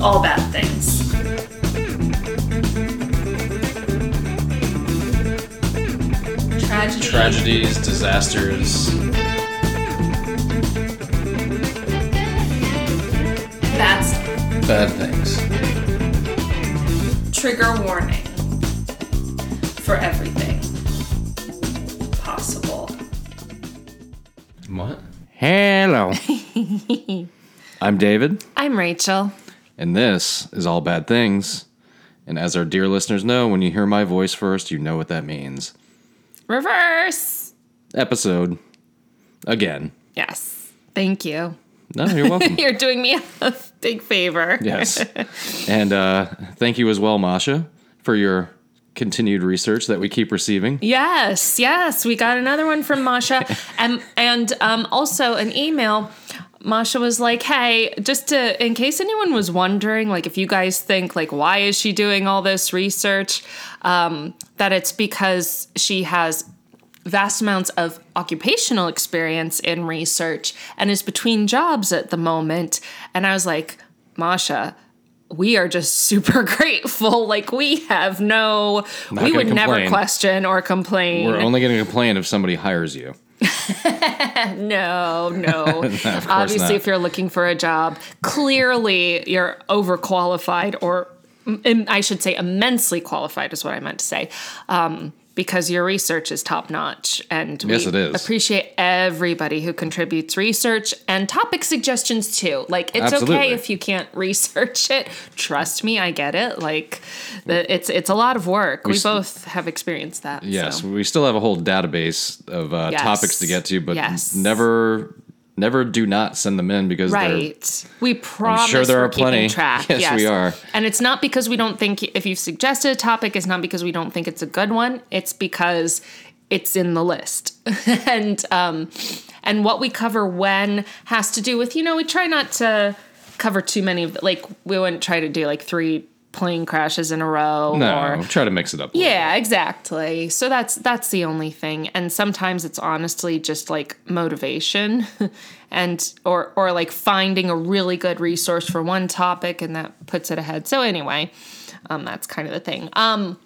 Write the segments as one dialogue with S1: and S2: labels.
S1: all bad things. Tragedy.
S2: Tragedies, disasters,
S1: That's
S2: bad things.
S1: trigger warning for everything possible.
S2: What?
S3: Hello. I'm David,
S4: I'm Rachel.
S3: and this is All Bad Things. And as our dear listeners know, when you hear my voice first, you know what that means.
S4: Reverse.
S3: Episode again.
S4: Yes. Thank you.
S3: No, you're welcome.
S4: You're doing me a big favor.
S3: yes. And uh, thank you as well, Masha, for your continued research that we keep receiving.
S4: Yes, yes, we got another one from Masha, and and um, also an email. Masha was like, "Hey, just to in case anyone was wondering, like if you guys think like why is she doing all this research, um, that it's because she has vast amounts of occupational experience in research and is between jobs at the moment." And I was like, "Masha." We are just super grateful. Like we have no, we
S3: gonna
S4: would never
S3: complain.
S4: question question or complain.
S3: We're only going to complain if somebody hires you.
S4: no, no. Obviously,
S3: not.
S4: if you're looking for a job, clearly you're overqualified, or im- I should say, immensely qualified is what I meant to say. Um, because your research is top notch, and
S3: Yes,
S4: we
S3: it is.
S4: appreciate everybody who contributes research and topic suggestions too. Like it's
S3: Absolutely.
S4: okay if you can't research it. Trust me, I get it. Like the, it's it's a lot of work. We,
S3: s-
S4: both have experienced that.
S3: Yes,
S4: so.
S3: we still have a whole database of uh,
S4: Yes.
S3: topics to get to, but
S4: Yes.
S3: never, never do not send them in because they're
S4: Right. We promise.
S3: there
S4: we're
S3: are plenty.
S4: keeping Track.
S3: Yes, we are.
S4: And it's not because we don't think if you've suggested a topic, it's not because we don't think it's a good one. It's because it's in the list, and um, and what we cover when has to do with you know we try not to cover too many of like we wouldn't try to do like three plane crashes in a row
S3: No,
S4: or
S3: try to mix it up. a little.
S4: yeah, exactly. So that's that's the only thing. And sometimes it's honestly just like motivation and or or like finding a really good resource for one topic and that puts it ahead. So anyway, um that's kind of the thing. Um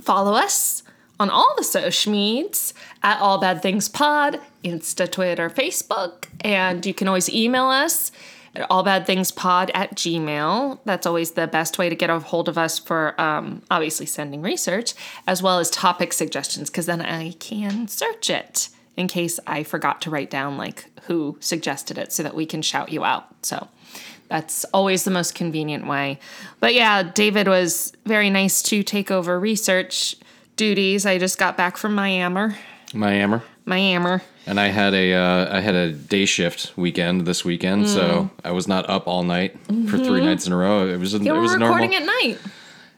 S4: follow us on all the social meds at All Bad Things Pod, Insta, Twitter, Facebook, and you can always email us at allbadthingspod at gmail. That's always the best way to get a hold of us for um, obviously sending research as well as topic suggestions, because then I can search it in case I forgot to write down like who suggested it so that we can shout you out. So that's always the most convenient way. But yeah, David was very nice to take over research duties. I just got back from my hammer.
S3: my hammer.
S4: My hammer.
S3: And I had a uh, I had a day shift weekend this weekend, so I was not up all night for three nights in a row. It was a,
S4: Mm. Mm-hmm. Yeah,
S3: it
S4: we're
S3: was a normal.
S4: recording at night.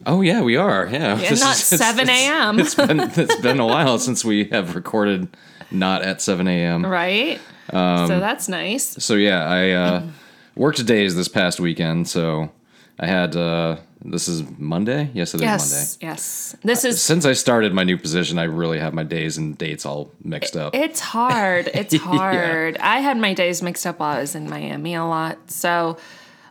S3: Oh yeah, we are. Yeah,
S4: Yeah,
S3: This
S4: not
S3: is- it's-
S4: 7
S3: it's-
S4: a.m.
S3: It's been it's been a while since we have recorded not at seven a.m.
S4: right?
S3: Um,
S4: so that's nice.
S3: So yeah, I
S4: Mm-hmm.
S3: uh, worked days this past weekend. So I had uh, this is Monday. Yes, it is Monday.
S4: Yes. Yes. This is
S3: Since I started my new position, I really have my days and dates all mixed up.
S4: It's hard. It's hard. I had my days mixed up while I was in Miami a lot. So,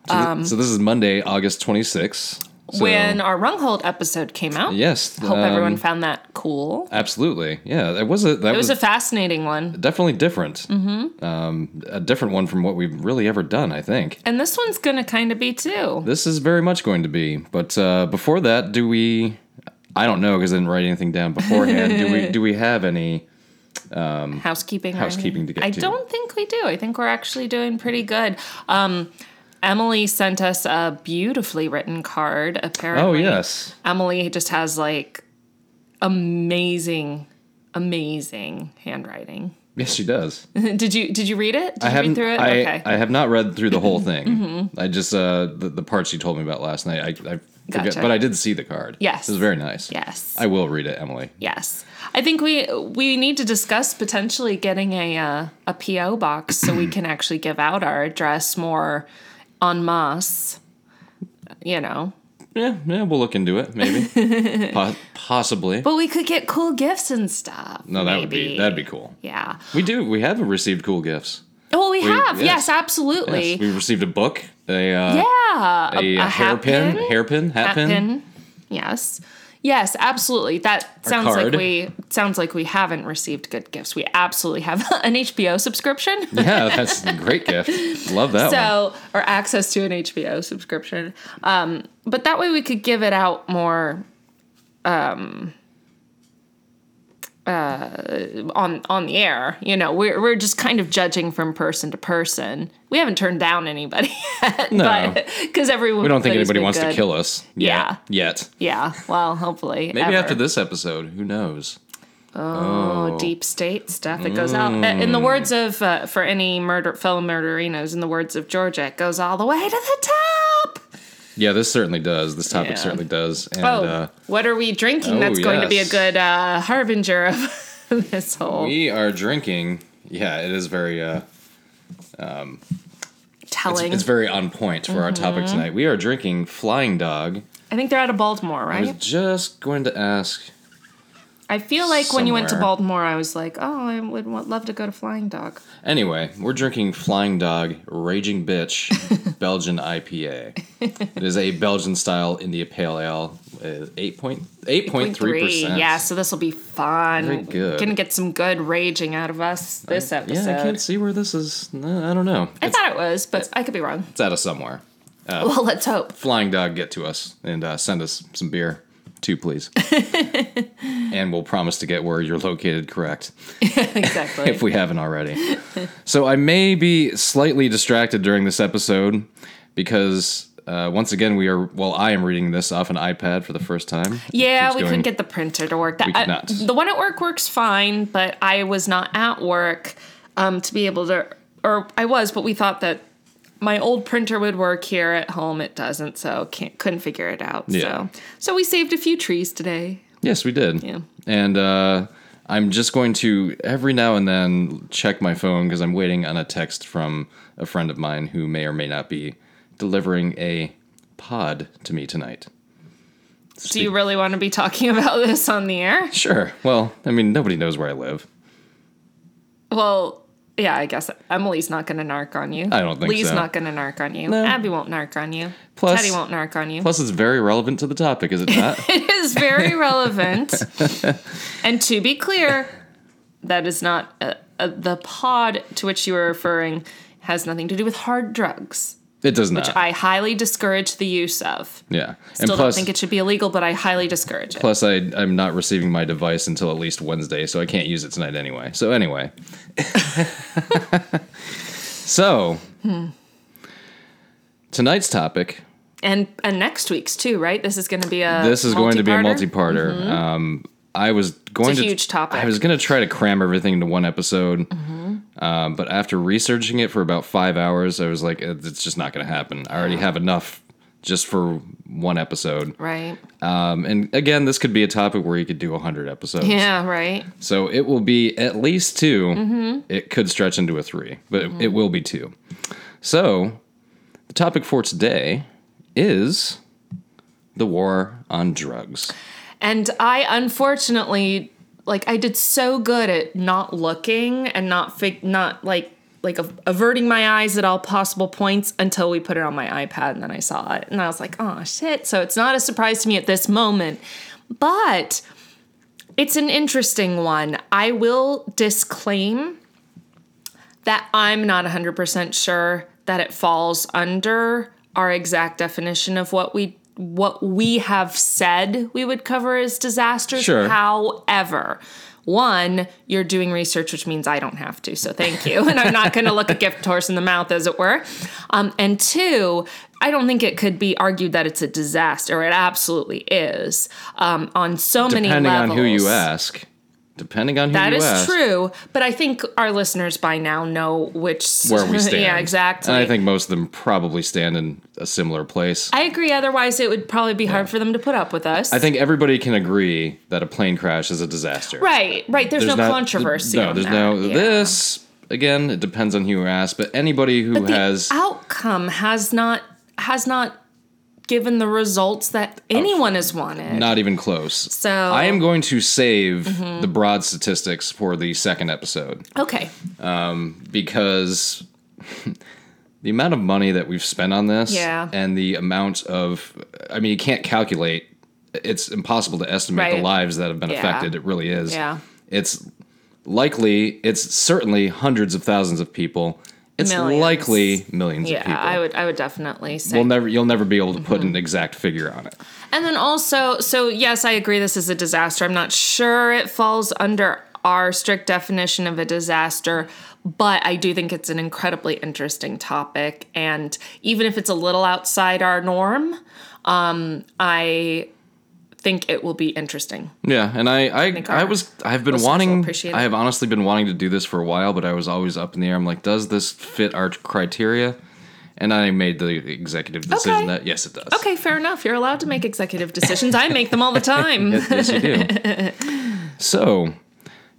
S3: So, th- so this is Monday, August 26th. So-
S4: Um, when our Runghold episode came out,
S3: yes,
S4: hope everyone
S3: um,
S4: found that cool.
S3: absolutely yeah. It was a that
S4: It was
S3: was,
S4: a fascinating one.
S3: definitely different, mm-hmm. um, a different one from what we've really ever done. I think
S4: And this one's going to kind of be too.
S3: this is very much going to be. But uh, before that, do we? I don't know because I didn't write anything down beforehand. do we? Do we have any?
S4: housekeeping. or
S3: Housekeeping
S4: anything.
S3: to get
S4: I
S3: to.
S4: don't think we do. I think we're actually doing pretty good. Um, Emily sent us a beautifully written card. Apparently,
S3: Oh yes,
S4: Emily just has like amazing, amazing handwriting.
S3: yes she does.
S4: did you did you read it? Did
S3: I
S4: you read
S3: haven't.
S4: through it?
S3: I,
S4: okay. Mm-hmm.
S3: I have not read through the whole thing. I just uh, the, the parts you told me about last night. I, I forget,
S4: Gotcha.
S3: but I did see the card.
S4: Yes.
S3: it was very nice.
S4: yes.
S3: I will read it, Emily.
S4: Yes, I think we we need to discuss potentially getting a uh, a PO box so we can actually give out our address more en masse. You know,
S3: Yeah, yeah, we'll look into it. Maybe, Po- possibly.
S4: but we could get cool gifts and stuff.
S3: no, that would be that'd be cool.
S4: yeah.
S3: We do. We have received cool gifts.
S4: Oh, we, have
S3: yes.
S4: yes, absolutely.
S3: Yes, we received a book. a uh,
S4: yeah,
S3: a, uh,
S4: a
S3: hairpin,
S4: hatpin?
S3: hairpin, hatpin.
S4: Pin. Yes. Yes, absolutely. That sounds
S3: card.
S4: like we sounds like we haven't received good gifts. We absolutely have an HBO subscription.
S3: Yeah, that's a great gift. Love that one.
S4: so or access to an HBO subscription. Um, but that way we could give it out more um, uh, on on the air. You know, we're we're just kind of judging from person to person. We haven't turned down anybody yet,
S3: No.
S4: but because everyone
S3: We don't think anybody wants to kill us. yet-
S4: Yeah.
S3: Yet.
S4: Yeah, well, hopefully
S3: Maybe
S4: ever.
S3: after this episode, who knows?
S4: Oh, deep state stuff. It goes out
S3: Mm.
S4: in the words of uh, for any murder fellow murderinos. In the words of Georgia, it goes all the way to the top.
S3: Yeah, this certainly does. This topic
S4: Yeah.
S3: certainly does. And
S4: Oh,
S3: uh,
S4: what are we drinking?
S3: oh,
S4: That's going to be a
S3: yes.
S4: good uh, harbinger of this whole
S3: we are drinking. Yeah, it is very. Uh, it's,
S4: telling.
S3: it's very on point for our topic
S4: Mm-hmm.
S3: tonight. We are drinking Flying Dog.
S4: I think they're out of Baltimore,
S3: I was
S4: right?
S3: just going to ask.
S4: I feel like when you went to
S3: somewhere.
S4: Baltimore, I was like, oh, I would want, love to go to Flying Dog.
S3: Anyway, we're drinking Flying Dog Raging Bitch Belgian IPA. it is a Belgian style India Pale Ale, uh, 8.3%.
S4: Yeah, so this will be fun.
S3: Very good.
S4: Gonna get some good raging out of us this episode.
S3: Yeah, I can't see where this is. no, I don't know.
S4: I
S3: It's, Oh.
S4: thought it was, but I could be wrong.
S3: it's out of somewhere.
S4: well, let's hope.
S3: Flying Dog, get to us and uh, send us some beer, too, please. and we'll promise to get where you're located correct.
S4: exactly.
S3: if we haven't already. so I may be slightly distracted during this episode because uh, once again we are. Well, I am reading this off an iPad for the first time.
S4: yeah,
S3: Keeps
S4: we
S3: going-
S4: couldn't get the printer to work. That,
S3: could not.
S4: the one at work works fine, but I was not at work um, to be able to, or I was, but we thought that my old printer would work here at home. It doesn't, so can't couldn't figure it out.
S3: Yeah.
S4: So so we saved a few trees today.
S3: Yes, we did. And uh, I'm just going to every now and then check my phone because I'm waiting on a text from a friend of mine who may or may not be delivering a pod to me tonight.
S4: Do you really want to be talking about this on the air?
S3: Sure. Well, I mean, nobody knows where I live.
S4: Well, yeah, I guess Emily's not going to narc on you.
S3: I don't think
S4: Lee's
S3: so.
S4: not going to narc on you.
S3: No.
S4: Abby won't narc on you.
S3: Plus-
S4: Teddy won't narc on you.
S3: Plus, it's very relevant to the topic, is it not?
S4: It is very relevant. and to be clear, that is not uh, uh, the pod to which you are referring has nothing to do with hard drugs.
S3: it does not.
S4: I highly discourage the use of.
S3: Yeah.
S4: Still
S3: and plus,
S4: don't think it should be illegal, but I highly discourage it.
S3: plus I, I'm not receiving my device until at least Wednesday, so I can't use it tonight anyway. So, anyway. so, tonight's topic
S4: And and next week's too, right? This is going to be a
S3: this is going to be a
S4: multi-parter? Mm-hmm.
S3: multi-parter. Um, I was going
S4: It's a
S3: to
S4: huge topic.
S3: I was going to try to cram everything into one episode,
S4: Mm-hmm.
S3: um, but after researching it for about five hours, I was like, "It- it's just not going to happen. I already have enough just for one episode.
S4: Right.
S3: Um, and again, this could be a topic where you could do hundred episodes.
S4: Yeah, right.
S3: So it will be at least 2
S4: Mm-hmm.
S3: It could stretch into a three, but it will be two. So the topic for today is the war on drugs.
S4: And I unfortunately like I did so good at not looking and not fig- not like like av- averting my eyes at all possible points until we put it on my iPad and then I saw it and I was like, "Oh shit." So it's not a surprise to me at this moment. But it's an interesting one. I will disclaim that I'm not 100% sure that it falls under our exact definition of what we what we have said we would cover as disasters.
S3: Sure.
S4: However, one, you're doing research, which means I don't have to, so thank you. And I'm not going to look a gift horse in the mouth, as it were. Um, and two, I don't think it could be argued that it's a disaster. It absolutely is um, on so many
S3: Depending on
S4: levels.
S3: who you ask. Depending on who
S4: That
S3: you
S4: is
S3: ask.
S4: true, but I think our listeners by now know which
S3: Where we stand.
S4: yeah, exactly.
S3: And I think most of them probably stand in a similar place.
S4: I agree. Otherwise, it would probably be hard for them to put up with us.
S3: I think everybody can agree that a plane crash is a disaster.
S4: right, right. There's, no
S3: not-
S4: controversy.
S3: No,
S4: on
S3: there's
S4: that.
S3: no
S4: Yeah.
S3: this. Again, it depends on who you ask, but anybody who
S4: The
S3: has
S4: outcome has not has not given the results that anyone has wanted.
S3: Not even close. So I am going to save
S4: Mm-hmm.
S3: the broad statistics for the second episode
S4: okay,
S3: because the amount of money that we've spent on this
S4: Yeah.
S3: and the amount of I mean you can't calculate it's impossible to estimate the
S4: Right.
S3: lives that have been
S4: Yeah.
S3: affected. It really is.
S4: Yeah.
S3: It's likely it's certainly hundreds of thousands of people. It's
S4: Millions.
S3: likely millions
S4: Yeah,
S3: of people.
S4: I would I would definitely say Mm-hmm.
S3: we'll never you'll never be able to put an exact figure on it.
S4: And then also, so yes, I agree this is a disaster. I'm not sure it falls under our strict definition of a disaster, but I do think it's an incredibly interesting topic. And even if it's a little outside our norm, um, I think it will be interesting.
S3: Yeah, and I I,
S4: think
S3: I
S4: our
S3: was I've been
S4: listeners will
S3: wanting
S4: appreciate
S3: I
S4: it.
S3: have honestly been wanting to do this for a while, but I was always up in the air. I'm like, does this fit our criteria? And I made the executive decision
S4: Okay.
S3: that yes, it does.
S4: Okay, fair enough. You're allowed to make executive decisions. I make them all the time.
S3: Yes, yes, you do. so,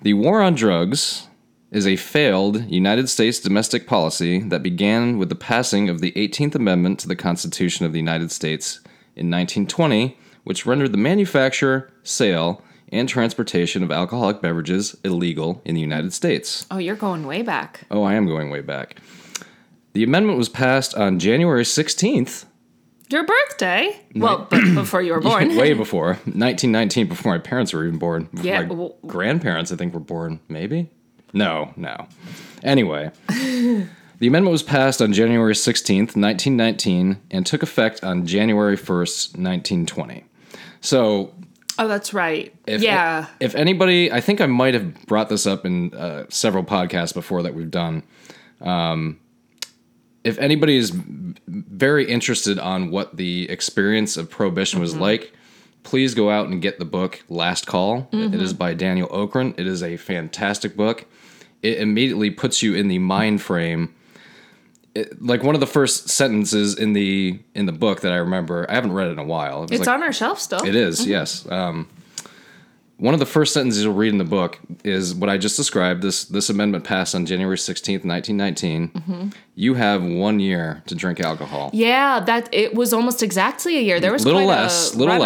S3: the war on drugs is a failed United States domestic policy that began with the passing of the 18th Amendment to the Constitution of the United States in 1920, which rendered the manufacture, sale, and transportation of alcoholic beverages illegal in the United States.
S4: Oh, you're going way back.
S3: Oh, I am going way back. The amendment was passed on January 16th,
S4: Your birthday? Well, but before you were born.
S3: way before 1919, before my parents were even born. Before
S4: Yeah,
S3: my
S4: well-
S3: grandparents, I think, were born, maybe? No, no. Anyway, the amendment was passed on January 16th, 1919, and took effect on January 1st, 1920. So
S4: Oh, that's right.
S3: If,
S4: yeah.
S3: If anybody, I think I might have brought this up in uh, several podcasts before that we've done. Um, if anybody is m- very interested on what the experience of prohibition was like, please go out and get the book Last Call. It is by Daniel Okren. It is a fantastic book. It immediately puts you in the mind frame like one of the first sentences in the in the book that I remember. I haven't read it in a while. It was
S4: it's
S3: like-
S4: on our shelf still.
S3: it is, yes. Um, one of the first sentences you'll read in the book is what I just described. This this amendment passed on January sixteenth, nineteen
S4: Mm-hmm.
S3: You have one year to drink alcohol.
S4: Yeah, that it was almost exactly a year. There was
S3: little
S4: quite
S3: less,
S4: a
S3: little
S4: run-up.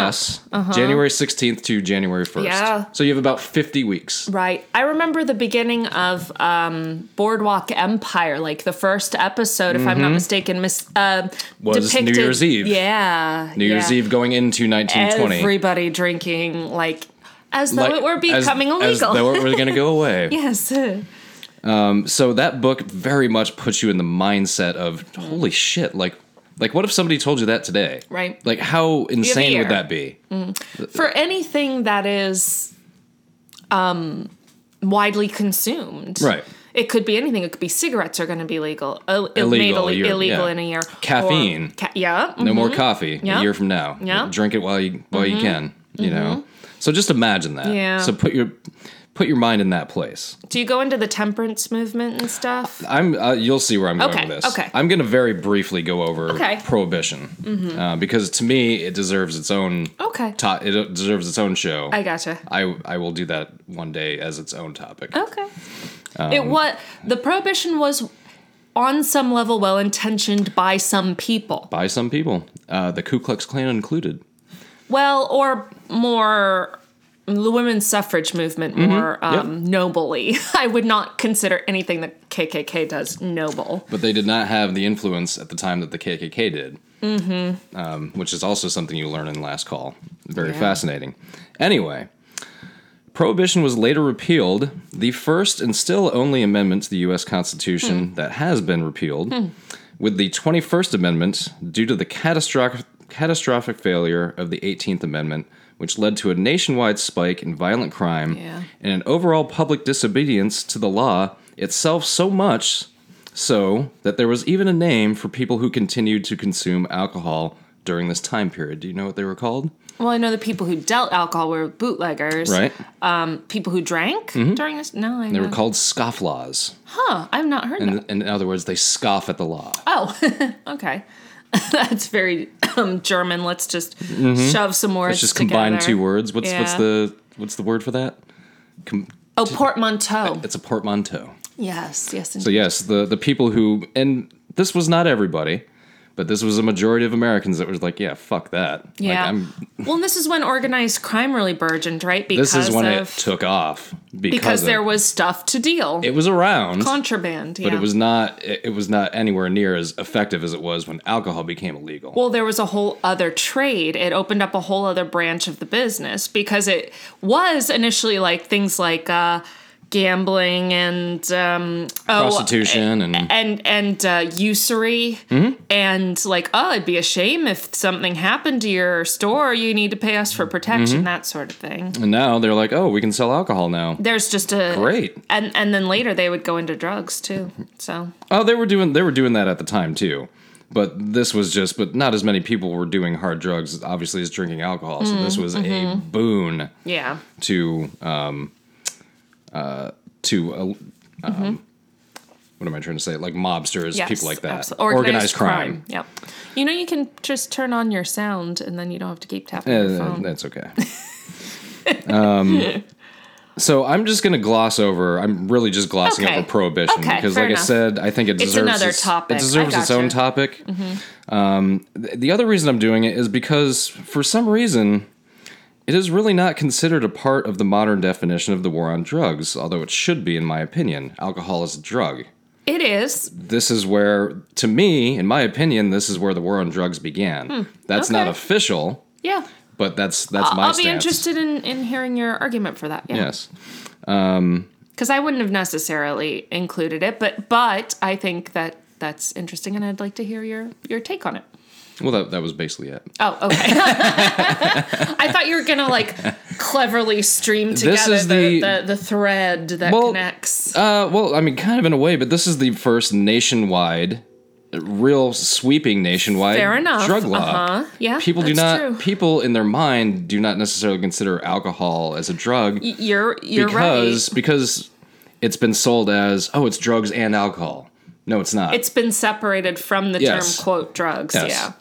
S4: Uh-huh.
S3: less. January sixteenth to January first.
S4: Yeah.
S3: So you have about fifty weeks.
S4: Right. I remember the beginning of um, Boardwalk Empire, like the first episode, if I'm not mistaken, mis- uh,
S3: Mm-hmm. Was New
S4: depicted,
S3: Year's Eve.
S4: Yeah.
S3: New Year's
S4: yeah.
S3: Eve going into nineteen twenty.
S4: Everybody drinking like as though it were becoming
S3: as,
S4: illegal.
S3: As though it were going to go away.
S4: yes.
S3: so that book very much puts you in the mindset of holy shit like like what if somebody told you that today
S4: Right.
S3: like how insane
S4: year.
S3: would that be
S4: For anything that is um, widely consumed.
S3: Right.
S4: It could be anything. It could be cigarettes are going to be legal, uh,
S3: Illegal,
S4: illegal,
S3: a year,
S4: illegal
S3: yeah.
S4: in a year.
S3: Caffeine.
S4: Or Ca- yeah. Mm-hmm.
S3: no more coffee
S4: Yeah.
S3: a year from now
S4: Yeah. Mm-hmm.
S3: drink it while you while you can you know so just imagine that
S4: Yeah.
S3: so put your put your mind in that place
S4: Do you go into the temperance movement and stuff?
S3: i'm uh, you'll see where i'm
S4: Okay,
S3: going with this
S4: okay.
S3: i'm going to very briefly go over
S4: Okay. Mm-hmm.
S3: prohibition uh, because to me it deserves its own
S4: Okay.
S3: to- it deserves its own show
S4: Oh. I gotcha.
S3: I, I will do that one day as its own topic
S4: Okay.
S3: Um,
S4: it was the prohibition was on some level well intentioned by some people.
S3: by some people, uh, the Ku Klux Klan included.
S4: Well, or more the women's suffrage movement
S3: Mm-hmm.
S4: more um, nobly. I would not consider anything that KKK does noble.
S3: But they did not have the influence at the time that the KKK did, mm-hmm. um, which is also something you learn in Last Call. Very fascinating. Anyway, prohibition was later repealed, the first and still only amendment to the U.S.
S4: Hmm.
S3: Constitution that has been repealed, with the 21st Amendment due to the catastrophic, catastrophic failure of the 18th Amendment, which led to a nationwide spike in violent crime
S4: Yeah.
S3: and an overall public disobedience to the law itself so much so that there was even a name for people who continued to consume alcohol during this time period. Do you know what they were called?
S4: Well, I know the people who dealt alcohol were bootleggers.
S3: Right? Mm-hmm.
S4: People who drank during this. No, I
S3: They were called scofflaws.
S4: huh. I've not heard that.
S3: In, in other words, they scoff at the law.
S4: Oh, okay. That's very um, German. Let's just shove some words.
S3: Mm-hmm. Let's just
S4: together.
S3: combine two words. What's what's
S4: Yeah.
S3: the what's the word for that? Com-
S4: Oh, portmanteau.
S3: it's a portmanteau.
S4: Yes, yes.
S3: So yes, the the people who and this was not everybody, But this was a majority of Americans that was like, yeah, fuck that. Like,
S4: Yeah.
S3: I'm-
S4: well, and this is when organized crime really burgeoned, right? Because
S3: this is when
S4: of,
S3: it took off because,
S4: because
S3: of-
S4: there was stuff to deal.
S3: it was around,
S4: contraband, yeah.
S3: but it was not it it was not anywhere near as effective as it was when alcohol became illegal.
S4: well, there was a whole other trade. It opened up a whole other branch of the business because it was initially like things like uh, gambling and um, oh,
S3: Prostitution Mm-hmm. and
S4: and and uh, usury and like oh it'd be a shame if something happened to your store you need to pay us for protection
S3: Mm-hmm.
S4: that sort of thing
S3: and now they're like, "Oh, we can sell alcohol now."
S4: there's just a
S3: Great.
S4: and and then later they would go into drugs too so
S3: Oh, they were doing they were doing that at the time too. But this was just but not as many people were doing hard drugs obviously as drinking alcohol. So
S4: Mm,
S3: this was a
S4: mm-hmm.
S3: boon
S4: yeah
S3: to um uh to uh, um what am I trying to say? Like mobsters,
S4: Mm-hmm. yes,
S3: people like that.
S4: abso- organized, crime. yep you know you can just turn on your sound and then you don't have to keep tapping your
S3: Uh,
S4: phone
S3: that's okay. um, so I'm just going to gloss over. I'm really just glossing
S4: Okay.
S3: over prohibition
S4: Okay,
S3: because,
S4: fair
S3: like I
S4: enough.
S3: said, I think it deserves
S4: another
S3: its,
S4: topic. I
S3: It deserves its own
S4: gotcha. Mm-hmm.
S3: topic. Um, th- the other reason I'm doing it is because, for some reason, it is really not considered a part of the modern definition of the war on drugs, although it should be, in my opinion. Alcohol is a drug.
S4: it is
S3: This is where, to me, in my opinion, this is where the war on drugs began. That's not
S4: Hmm. okay.
S3: official
S4: yeah
S3: but that's that's my
S4: Uh, i'll be
S3: stance.
S4: interested in in hearing your argument for that yeah
S3: Yes,
S4: because I wouldn't have necessarily included it, but but I think that that's interesting, and I'd like to hear your your take on it.
S3: well, that that was basically it.
S4: Oh, okay. I thought you were gonna like cleverly stream together
S3: is
S4: the,
S3: the-
S4: the, the thread that
S3: Well,
S4: connects.
S3: Uh, well, I mean, kind of in a way, but this is the first nationwide, real sweeping nationwide
S4: Fair enough.
S3: drug law.
S4: Uh-huh. Yeah,
S3: People do
S4: that's
S3: not
S4: true.
S3: people in their mind do not necessarily consider alcohol as a drug
S4: Y- You're you're
S3: because
S4: right.
S3: because it's been sold as oh, it's drugs and alcohol. No, it's not.
S4: It's been separated from the
S3: Yes.
S4: term "quote drugs."
S3: Yes.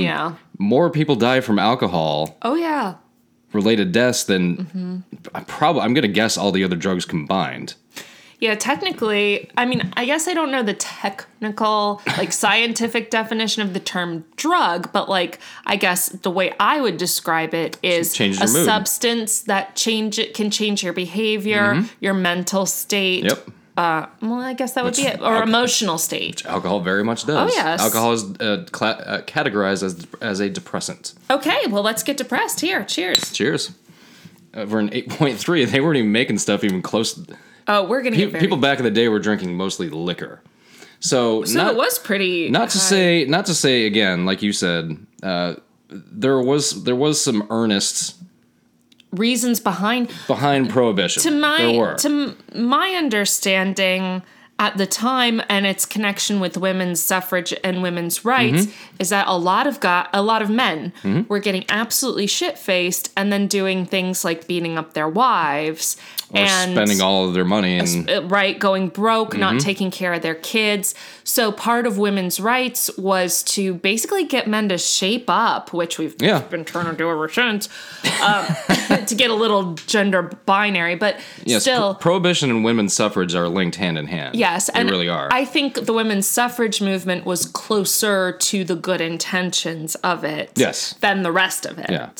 S4: Yeah. yeah.
S3: more people die from alcohol
S4: Oh yeah.
S3: related deaths than
S4: Mm-hmm.
S3: I probably. I'm going to guess all the other drugs combined.
S4: Yeah, technically, I mean, I guess I don't know the technical, like scientific definition of the term drug, but like, I guess the way I would describe it is
S3: Changes
S4: a
S3: your mood.
S4: substance that change it can change your behavior, your mental state.
S3: Mm-hmm. Yep.
S4: Well, I guess that would be
S3: That's-
S4: it, or
S3: okay.
S4: emotional state.
S3: Alcohol very much does.
S4: Oh, yes.
S3: Alcohol is uh, cla uh, categorized as as a depressant.
S4: Okay, well, let's get depressed here. Cheers.
S3: Cheers. Uh, we're in eight point three. They weren't even making stuff even close.
S4: Oh, we're gonna
S3: Pe-
S4: get very,
S3: people back in the day were drinking mostly liquor. So,
S4: So
S3: not
S4: it was pretty.
S3: not to
S4: high.
S3: say not to say again, like you said, uh, there was there was some earnest
S4: reasons behind
S3: behind prohibition.
S4: to my
S3: there were.
S4: to m- my understanding at the time and its connection with women's suffrage and women's rights
S3: Mm-hmm.
S4: is that a lot of got a lot of men were getting absolutely shit faced and then doing things like beating up their wives
S3: Or
S4: and
S3: spending Mm-hmm. all of their money and
S4: uh, right going broke not taking care of their kids so part of women's rights was to basically get men to shape up which we've
S3: Yeah.
S4: been trying to do ever since um, to get a little gender binary but
S3: yes, pro-
S4: still
S3: prohibition and women's suffrage are linked hand in hand.
S4: Yes,
S3: they really are.
S4: I think the women's suffrage movement was closer to the good intentions of it,
S3: Yes.
S4: than the rest of it,
S3: Yeah.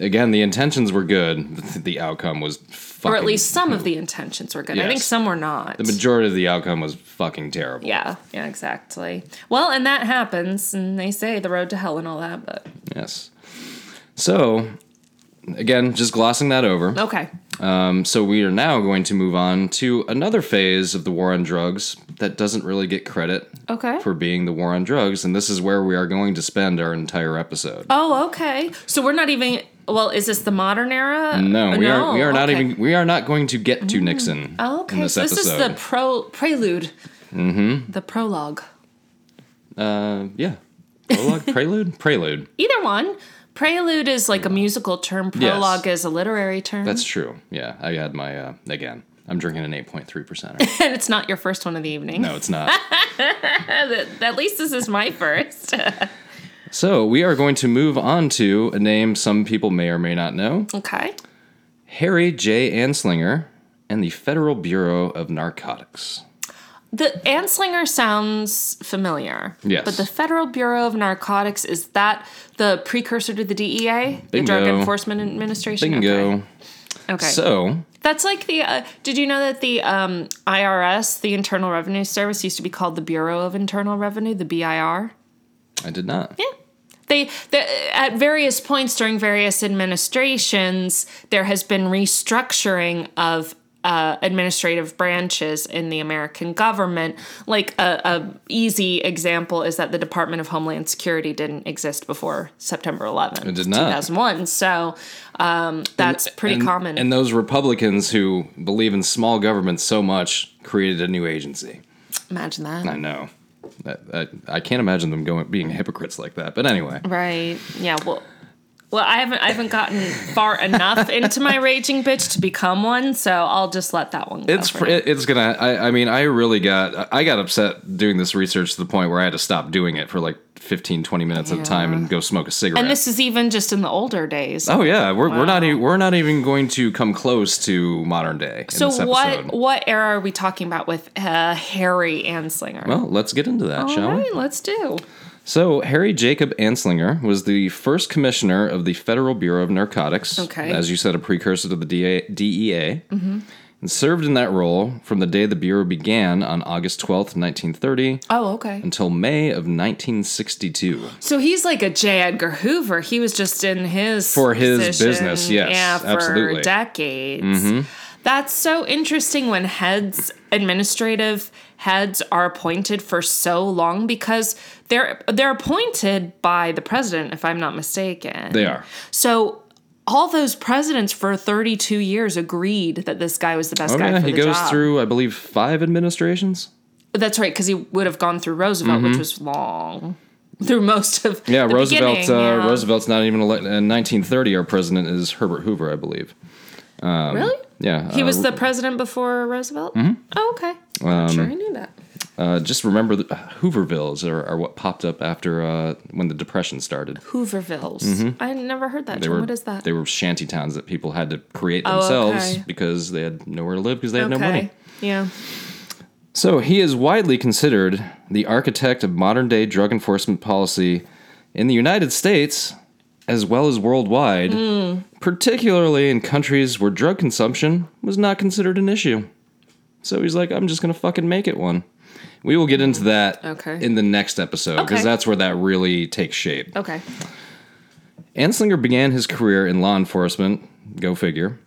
S3: Again, the intentions were good. The outcome was fucking. mm-hmm.
S4: or at least some of the intentions were good. I think
S3: Yes.
S4: some were not.
S3: the majority of the outcome was fucking terrible.
S4: yeah, yeah, exactly. Well, and that happens, and they say the road to hell and all that, but
S3: Yes. So, again, just glossing that over.
S4: okay,
S3: Um, so we are now going to move on to another phase of the war on drugs that doesn't really get credit
S4: okay.
S3: for being the war on drugs, and this is where we are going to spend our entire episode.
S4: oh, okay. So we're not even. Well, is this the modern era?
S3: No, we are we are not
S4: okay.
S3: even we are not going to get to Nixon
S4: Oh, okay,
S3: in this
S4: so this
S3: episode.
S4: is the pro prelude, mm-hmm. the prologue.
S3: uh, yeah. Prologue, prelude, prelude.
S4: either one. Prelude is like a musical term. Prologue is a literary term,
S3: That's true. Yeah, I had my uh, again. I'm drinking an 8.3 percent.
S4: and it's not your first one of the evening.
S3: No, it's not.
S4: At least this is my first.
S3: so we are going to move on to a name some people may or may not know:
S4: okay.
S3: Harry J. Anslinger and the Federal Bureau of Narcotics.
S4: the Anslinger sounds familiar.
S3: Yes.
S4: But the Federal Bureau of Narcotics is that the precursor to the DEA, the Drug
S3: Bingo.
S4: Enforcement Administration.
S3: Bingo.
S4: Okay. okay.
S3: So
S4: That's like the. Uh, did you know that the um, IRS, the Internal Revenue Service, used to be called the Bureau of Internal Revenue, the BIR?
S3: I did not.
S4: Yeah. They, the at various points during various administrations, there has been restructuring of uh, administrative branches in the American government. Like a, a easy example is that the Department of Homeland Security didn't exist before September 11th,
S3: It did not.
S4: 2001. So um, that's pretty
S3: And-
S4: common.
S3: And those Republicans who believe in small government so much created a new agency.
S4: Imagine that.
S3: I know. That, that, I can't imagine them going being hypocrites like that. But anyway,
S4: Right. Yeah. Well. Well, I haven't I haven't gotten far enough into my raging bitch to become one, so I'll just let that one go.
S3: it's
S4: for
S3: fr-
S4: now.
S3: it- it's gonna. I, I mean, I really got I got upset doing this research to the point where I had to stop doing it for like 15, 20 minutes at a time and go smoke a cigarette.
S4: And this is even just in the older days.
S3: oh yeah, we're, we're not e- we're not even going to come close to modern day. in this
S4: so what
S3: episode.
S4: what era are we talking about with uh, Harry Anslinger?
S3: Well, let's get into that,
S4: All
S3: shall we?
S4: right, let's do.
S3: So, Harry Jacob Anslinger was the first commissioner of the Federal Bureau of Narcotics.
S4: Okay. Mm-hmm.
S3: As you said, a precursor to the DA, DEA. And served in that role from the day the Bureau began on August 12th, 1930,
S4: Oh, okay.
S3: until May of 1962.
S4: So he's like a J. Edgar Hoover. He was just in his
S3: For his
S4: position,
S3: business, yes,
S4: yeah, for
S3: absolutely. Mm-hmm.
S4: decades. That's so interesting when heads, administrative heads, are appointed for so long because they're they're appointed by the president, if I'm not mistaken.
S3: They are.
S4: So all those presidents for 32 years agreed that this guy was the best
S3: Oh,
S4: guy
S3: yeah.
S4: for
S3: He
S4: the
S3: goes
S4: job.
S3: through, I believe, five administrations.
S4: That's right, because he would have gone through Roosevelt, which was long. Through most of
S3: Mm-hmm. Yeah,
S4: the
S3: Roosevelt.
S4: beginning,
S3: Uh,
S4: yeah.
S3: Roosevelt's not even elected. In 1930, our president is Herbert Hoover, I believe.
S4: really?
S3: Yeah.
S4: He
S3: uh, Mm-hmm. Um,
S4: was the president before Roosevelt. Oh, okay. I'm sure I knew that.
S3: Uh, just remember that Hoovervilles are, are what popped up after uh, when the Depression started.
S4: Hoovervilles. I never heard that.
S3: Mm-hmm. They
S4: term.
S3: were
S4: what is that? Oh,
S3: They were shanty towns that people had to create themselves
S4: okay.
S3: because they had nowhere to live because they had
S4: okay.
S3: no money.
S4: Yeah.
S3: So he is widely considered the architect of modern day drug enforcement policy in the United States as well as worldwide,
S4: Hmm.
S3: particularly in countries where drug consumption was not considered an issue. So he's like, I'm just going to fucking make it one. We will get into that
S4: Okay.
S3: in the next episode because
S4: Okay.
S3: that's where that really takes shape.
S4: Okay.
S3: Anslinger began his career in law enforcement, go figure,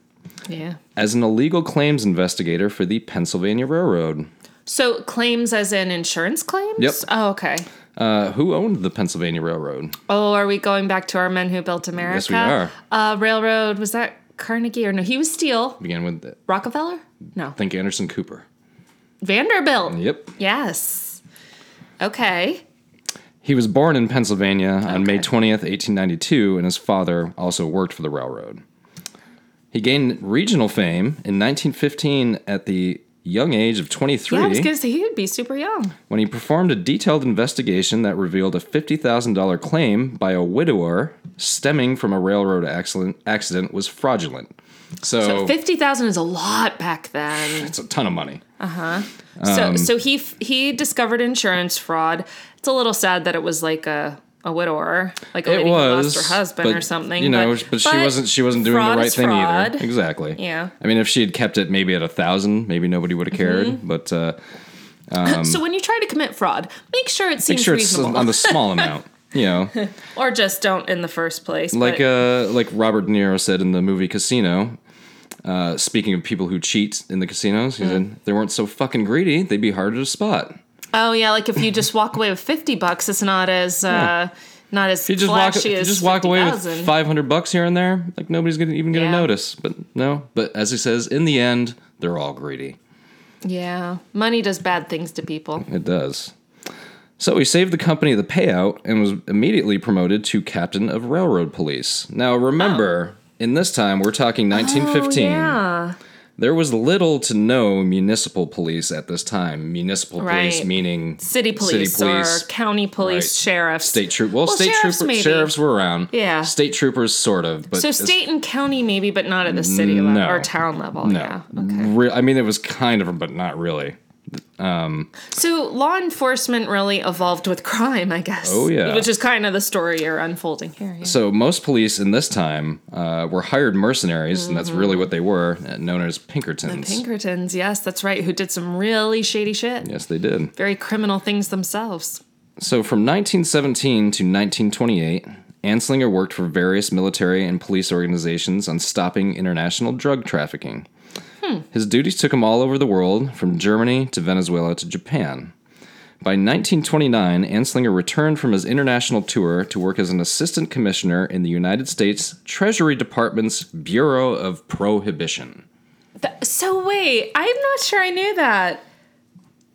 S4: Yeah.
S3: as an illegal claims investigator for the Pennsylvania Railroad.
S4: So claims, as in insurance claims.
S3: Yep.
S4: Oh, okay.
S3: Uh, who owned the Pennsylvania Railroad?
S4: Oh, are we going back to our men who built America?
S3: we are.
S4: Uh, railroad was that Carnegie or no? He was Steele.
S3: Began with, I
S4: Rockefeller? No.
S3: think, Anderson Cooper.
S4: Vanderbilt.
S3: Yep.
S4: Yes. Okay.
S3: He was born in Pennsylvania on May 20th, 1892, and his father also worked for the railroad. He gained regional fame in 1915 at the young age of 23
S4: Yeah, I was gonna say he would be super young.
S3: when he performed a detailed investigation that revealed a $50,000 claim by a widower stemming from a railroad accident, accident was fraudulent. So,
S4: So fifty thousand is a lot back then.
S3: it's a ton of money.
S4: So,
S3: Um,
S4: so he f- he discovered insurance fraud. It's a little sad that it was like a a widower, like a
S3: It
S4: lady
S3: was
S4: who lost her husband
S3: but,
S4: or something.
S3: You know, but, she wasn't she wasn't doing the
S4: fraud
S3: right
S4: is
S3: thing either.
S4: fraud.
S3: Exactly.
S4: Yeah.
S3: I mean, if she had kept it maybe at a thousand, maybe nobody would have cared.
S4: Mm-hmm.
S3: But uh,
S4: so when you try to commit fraud, make sure it
S3: Um, make
S4: seems
S3: sure it's
S4: reasonable,
S3: on the small amount. You know,
S4: or just don't in the first place.
S3: like
S4: but-
S3: uh, like Robert De Niro said in the movie Casino. Uh, speaking of people who cheat in the casinos,
S4: Hmm.
S3: he said "If they weren't so fucking greedy. They'd be harder to spot.
S4: oh yeah, like if you just walk away with fifty bucks, it's not as uh, not as
S3: If you just walk, if
S4: flashy
S3: you
S4: as
S3: just walk away
S4: 50,000.
S3: with five hundred bucks here and there. Like nobody's gonna even gonna
S4: Yeah.
S3: notice. But no. But as he says, in the end, they're all greedy.
S4: Yeah, money does bad things to people.
S3: It does. So he saved the company the payout and was immediately promoted to captain of railroad police. Now remember, in this time we're talking 1915.
S4: Oh. Yeah,
S3: There was little to no municipal police at this time. Municipal police
S4: Right.
S3: meaning
S4: city police,
S3: police,
S4: or county police,
S3: right.
S4: sheriffs,
S3: state troop. Well,
S4: Well,
S3: state
S4: sheriffs
S3: troopers,
S4: maybe.
S3: sheriffs were around.
S4: Yeah.
S3: state troopers sort of, but
S4: So
S3: it's-
S4: state and county maybe, but not at the city level
S3: No.
S4: or town level.
S3: no.
S4: Yeah. Okay.
S3: Re- I mean, it was kind of, but not really.
S4: So law enforcement really evolved with crime, I guess.
S3: Oh, yeah.
S4: Which is kind of the story you're unfolding here. yeah.
S3: So most police in this time uh, were hired mercenaries, and
S4: Mm-hmm.
S3: that's really what they were, uh, known as Pinkertons.
S4: Pinkertons, yes, that's right, who did some really shady shit.
S3: yes, they did.
S4: Very criminal things themselves.
S3: So from 1917 to 1928, Anslinger worked for various military and police organizations on stopping international drug trafficking. His duties took him all over the world, from Germany to Venezuela to Japan. By 1929, Anslinger returned from his international tour to work as an assistant commissioner in the United States Treasury Department's Bureau of Prohibition.
S4: Th- so wait, I'm not sure I knew that.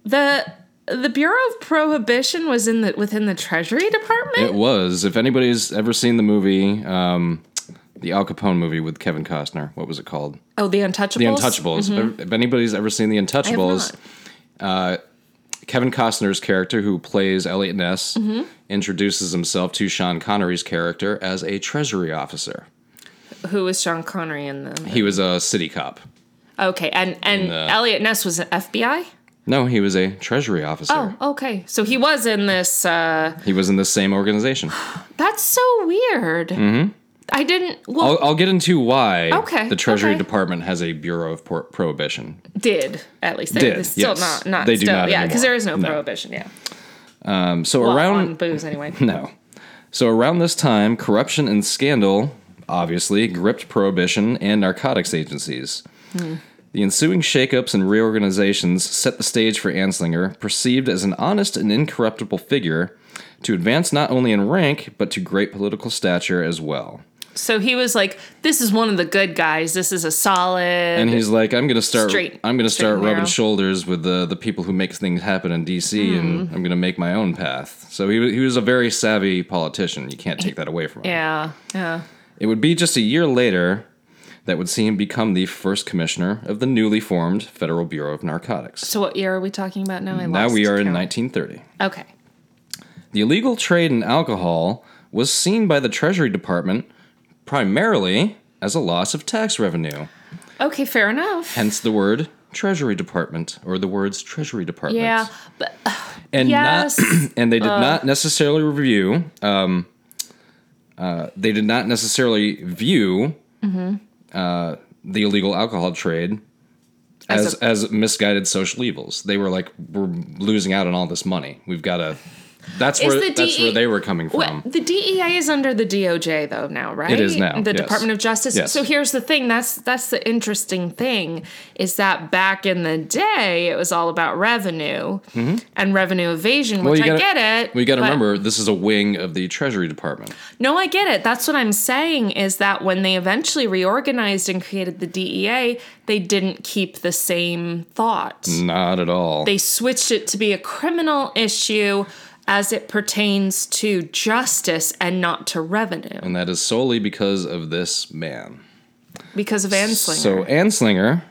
S4: The the Bureau of Prohibition was in the within the Treasury Department.
S3: It was. If anybody's ever seen the movie, um, the Al Capone movie with Kevin Costner, what was it called?
S4: oh, the Untouchables.
S3: The Untouchables.
S4: mm-hmm.
S3: If- If anybody's ever seen The Untouchables, Uh,
S4: not.
S3: Kevin Costner's character, who plays Elliot Ness,
S4: Mm-hmm.
S3: introduces himself to Sean Connery's character as a treasury officer.
S4: Who was Sean Connery in the?
S3: He was a city cop.
S4: Okay, and and
S3: the-
S4: Elliot Ness was an FBI.
S3: No, he was a treasury officer.
S4: Oh, okay. So he was in this. uh
S3: He was in the same organization.
S4: That's so weird.
S3: Mm-hmm.
S4: I didn't. Well,
S3: I'll, I'll get into why
S4: Okay,
S3: the Treasury
S4: okay.
S3: Department has a Bureau of Pro- Prohibition.
S4: did at least they,
S3: Did,
S4: it's still
S3: yes.
S4: not not
S3: They do
S4: still
S3: not
S4: yeah because
S3: anymore.
S4: there is no,
S3: No.
S4: prohibition yeah
S3: Um, so
S4: Well,
S3: around
S4: on booze anyway.
S3: No. So around this time, corruption and scandal obviously gripped prohibition and narcotics agencies.
S4: Hmm.
S3: The ensuing shakeups and reorganizations set the stage for Anslinger, perceived as an honest and incorruptible figure, to advance not only in rank but to great political stature as well.
S4: So he was like, "This is one of the good guys. This is a solid."
S3: And he's like, "I'm gonna start.
S4: Straight-
S3: I'm gonna
S4: straight
S3: start
S4: and
S3: rubbing
S4: narrow.
S3: shoulders with the the people who make things happen in D.C.
S4: Hmm.
S3: and I'm gonna make my own path." So he wa- he was a very savvy politician. You can't take that away from him.
S4: yeah, yeah.
S3: It would be just a year later that would see him become the first commissioner of the newly formed Federal Bureau of Narcotics.
S4: So what year are we talking about now? I
S3: Now
S4: lost
S3: we are in
S4: count.
S3: 1930.
S4: Okay.
S3: The illegal trade in alcohol was seen by the Treasury Department primarily as a loss of tax revenue,
S4: Okay, fair enough.
S3: hence the word Treasury Department or the words Treasury Department.
S4: Yeah, but
S3: and
S4: Yes. Uh.
S3: not and they did not necessarily review um uh they did not necessarily view
S4: Mm-hmm.
S3: uh the illegal alcohol trade
S4: As
S3: as as misguided social evils they were like we're losing out on all this money we've got to that's
S4: Is
S3: where
S4: the E
S3: that's
S4: DE
S3: where they were coming from
S4: Well, the DEA is under the DOJ though now, right?
S3: is now,
S4: The
S3: yes.
S4: Department of Justice.
S3: Yes.
S4: So here's the thing. That's that's the interesting thing is that back in the day, it was all about revenue and revenue evasion, which
S3: Mm-hmm. you
S4: I
S3: gotta-
S4: get it.
S3: we got to
S4: but-
S3: remember this is a wing of the treasury department
S4: No, I get it. That's what I'm saying is that when they eventually reorganized and created the DEA, they didn't keep the same thought.
S3: not at all
S4: They switched it to be a criminal issue as it pertains to justice and not to revenue
S3: and that is solely because of this man
S4: because of Anslinger.
S3: So Anslinger,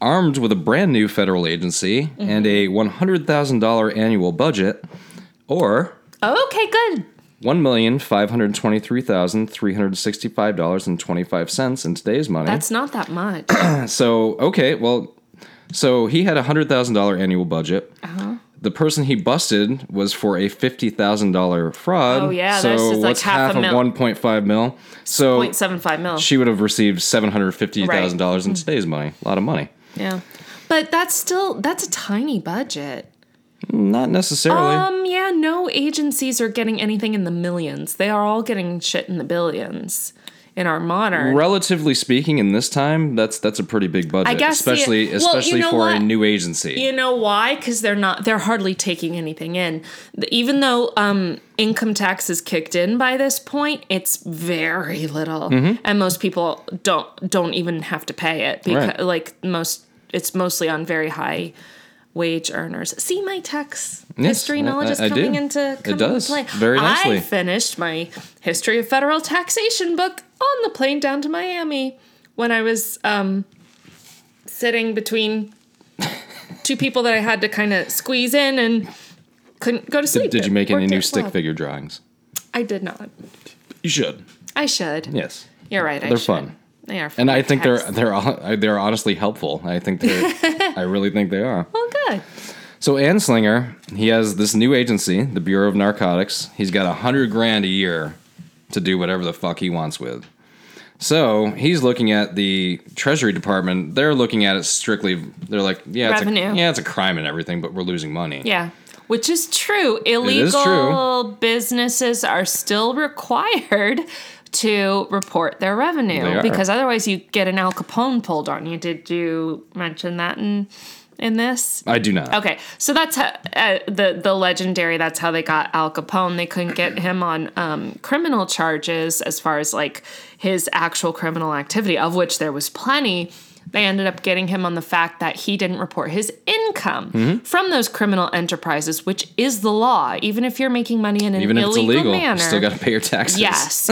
S3: armed with a brand new federal agency and a $100,000 annual budget, or
S4: Oh, okay, good.
S3: $1,523,365.25 in today's money.
S4: That's not that much.
S3: so, okay, well, so he had a $100,000 annual budget.
S4: Uh-huh.
S3: The person he busted was for a fifty thousand dollar fraud.
S4: Oh, yeah,
S3: so
S4: that's just like
S3: what's
S4: half a
S3: half, of
S4: mil.
S3: one point five mil? So
S4: 0.75 mil.
S3: she would have received seven hundred fifty thousand dollars in today's money. A lot of money.
S4: yeah. But that's still that's a tiny budget.
S3: Not necessarily.
S4: Um yeah, no agencies are getting anything in the millions. They are all getting shit in the billions in our modern
S3: Relatively speaking, in this time, that's that's a pretty big budget,
S4: I guess the-
S3: especially
S4: well, you
S3: especially
S4: know
S3: for a
S4: what?
S3: new agency.
S4: You know why? Because they're not. They're hardly taking anything in. The- Even though um, income tax is kicked in by this point, it's very little,
S3: Mm-hmm.
S4: and most people don't don't even have to pay it because,
S3: Right.
S4: like most, it's mostly on very high wage earners. See my tax
S3: Yes,
S4: history
S3: I-
S4: knowledge is
S3: I- I do.
S4: coming into
S3: It
S4: coming
S3: does.
S4: into play.
S3: Very nicely.
S4: I finished my history of federal taxation book on the plane down to Miami when I was um, sitting between two people that I had to kind of squeeze in and couldn't go to sleep.
S3: did, did you make any
S4: Worked
S3: new
S4: it
S3: stick
S4: well.
S3: figure drawings?
S4: I did not.
S3: You should.
S4: I should.
S3: Yes,
S4: You're right. I
S3: they're
S4: should.
S3: fun,
S4: They are.
S3: and I think they're
S4: fantastic.
S3: they're hon- they're honestly helpful. I think they're. I really think they are.
S4: well good.
S3: So Anslinger, he has this new agency, the Bureau of Narcotics. He's got a hundred grand a year to do whatever the fuck he wants with. So he's looking at the Treasury Department. They're looking at it strictly. They're like, yeah, It's
S4: Revenue.
S3: a, yeah, it's a crime and everything, but we're losing money.
S4: Yeah. Which is true. Illegal
S3: is true.
S4: businesses are still required to report their revenue
S3: They are.
S4: because otherwise you get an Al Capone pulled on you. Did you mention that in in this?
S3: I do not.
S4: Okay, so that's how, uh, the the legendary. That's how they got Al Capone. They couldn't get him on um, criminal charges as far as like his actual criminal activity, of which there was plenty. They ended up getting him on the fact that he didn't report his income
S3: Mm-hmm.
S4: from those criminal enterprises, which is the law. Even if you're making money in an
S3: Even if it's
S4: illegal
S3: illegal,
S4: manner,
S3: you still got to pay your taxes.
S4: Yes.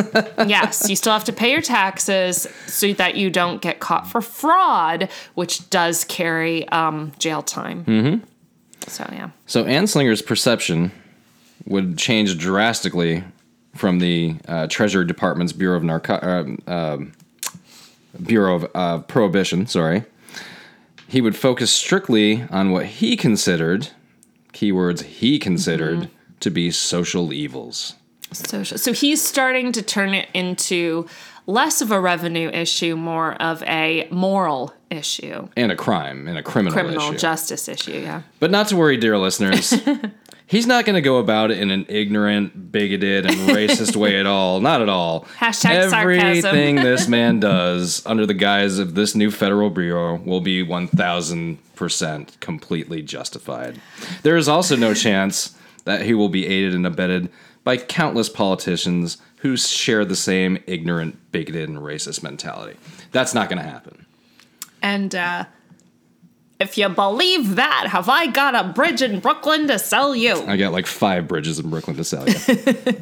S4: yes. You still have to pay your taxes so that you don't get caught for fraud, which does carry um, jail time. Mm-hmm. So, yeah.
S3: So Anslinger's perception would change drastically from the uh, Treasury Department's Bureau of Narco- um, um, Bureau of uh, Prohibition. Sorry, he would focus strictly on what he considered keywords he considered to be social evils.
S4: Social. So he's starting to turn it into less of a revenue issue, more of a moral issue,
S3: And a crime and a criminal,
S4: criminal
S3: issue.
S4: justice issue. Yeah.
S3: But not to worry, dear listeners. He's not going to go about it in an ignorant, bigoted, and racist way at all. Not at all.
S4: Hashtag sarcasm.
S3: Everything this man does under the guise of this new federal bureau will be 1000% completely justified. There is also no chance that he will be aided and abetted by countless politicians who share the same ignorant, bigoted, and racist mentality. That's not going to happen.
S4: And uh, if you believe that, have I got a bridge in Brooklyn to sell you?
S3: I got like five bridges in Brooklyn to sell you.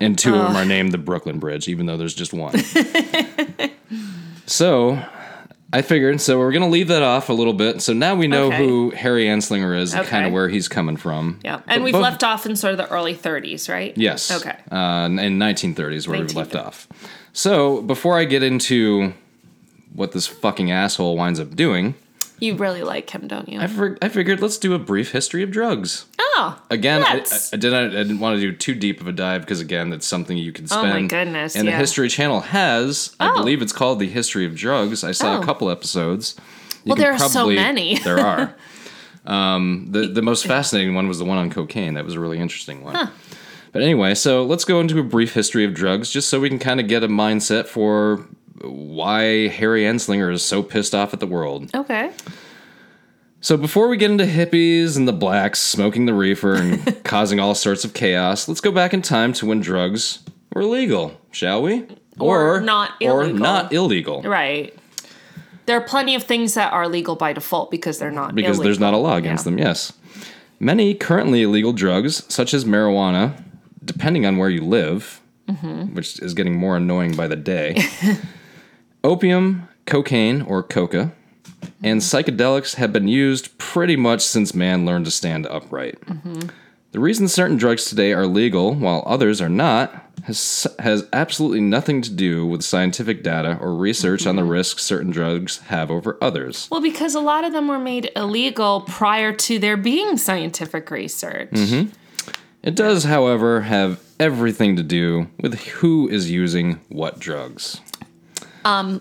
S3: and two
S4: Oh.
S3: of them are named the Brooklyn Bridge, even though there's just one. so I figured, so we're going to leave that off a little bit. So now we know
S4: Okay.
S3: who Harry Anslinger is and
S4: Okay.
S3: kind of where he's coming from.
S4: Yeah. And
S3: But
S4: we've
S3: both-
S4: left off in sort of the early 30s, right?
S3: Yes.
S4: Okay.
S3: Uh, in 1930s, where we've left
S4: 1930s.
S3: off. So before I get into what this fucking asshole winds up doing,
S4: You really like him, don't you?
S3: I, fig- I figured let's do a brief history of drugs.
S4: oh.
S3: again, I, I,
S4: let's.
S3: I didn't. I didn't want to do too deep of a dive because again, that's something you can
S4: Oh
S3: spend.
S4: my goodness,
S3: And the
S4: yeah.
S3: History Channel has, I
S4: Oh.
S3: believe, it's called the History of Drugs. I saw
S4: Oh.
S3: a couple episodes. You
S4: Well,
S3: can
S4: there are so many.
S3: there are. Um, the the most fascinating one was the one on cocaine. That was a really interesting one. But anyway, so let's go into a brief history of drugs, just so we can kind of get a mindset for why Harry Anslinger is so pissed off at the world.
S4: okay.
S3: So before we get into hippies and the blacks smoking the reefer and causing all sorts of chaos, let's go back in time to when drugs were legal, shall we?
S4: Or not
S3: or
S4: illegal.
S3: not illegal.
S4: Right. There are plenty of things that are legal by default because they're not
S3: Because there's not a
S4: illegal.
S3: law against
S4: Yeah.
S3: them, yes. Many currently illegal drugs, such as marijuana, depending on where you live,
S4: Mm-hmm.
S3: which is getting more annoying by the day, opium, cocaine, or coca, and
S4: Mm-hmm.
S3: psychedelics have been used pretty much since man learned to stand upright.
S4: Mm-hmm.
S3: The reason certain drugs today are legal while others are not has, has absolutely nothing to do with scientific data or research on the
S4: Mm-hmm.
S3: risks certain drugs have over others.
S4: Well, because a lot of them were made illegal prior to there being scientific research.
S3: Mm-hmm. It does, however, have everything to do with who is using what drugs.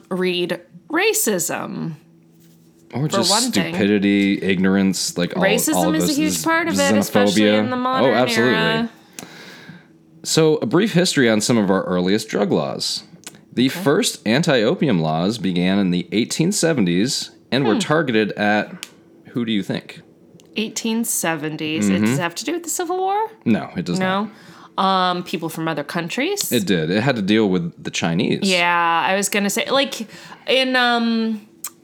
S4: Read racism.
S3: Or just
S4: one thing.
S3: stupidity, ignorance, like all,
S4: Racism
S3: all of
S4: is a
S3: this
S4: huge part of it,
S3: xenophobia.
S4: especially in the modern
S3: Oh, absolutely.
S4: era.
S3: So, a brief history on some of our earliest drug laws. The first anti opium laws began in the 1870s and
S4: Hmm.
S3: were targeted at who do you think?
S4: 1870s. It
S3: Mm-hmm.
S4: does it have to do with the Civil War?
S3: No, it does not.
S4: No. Um, people from other countries.
S3: It did. It had to deal with the Chinese.
S4: Yeah, I was gonna say like in um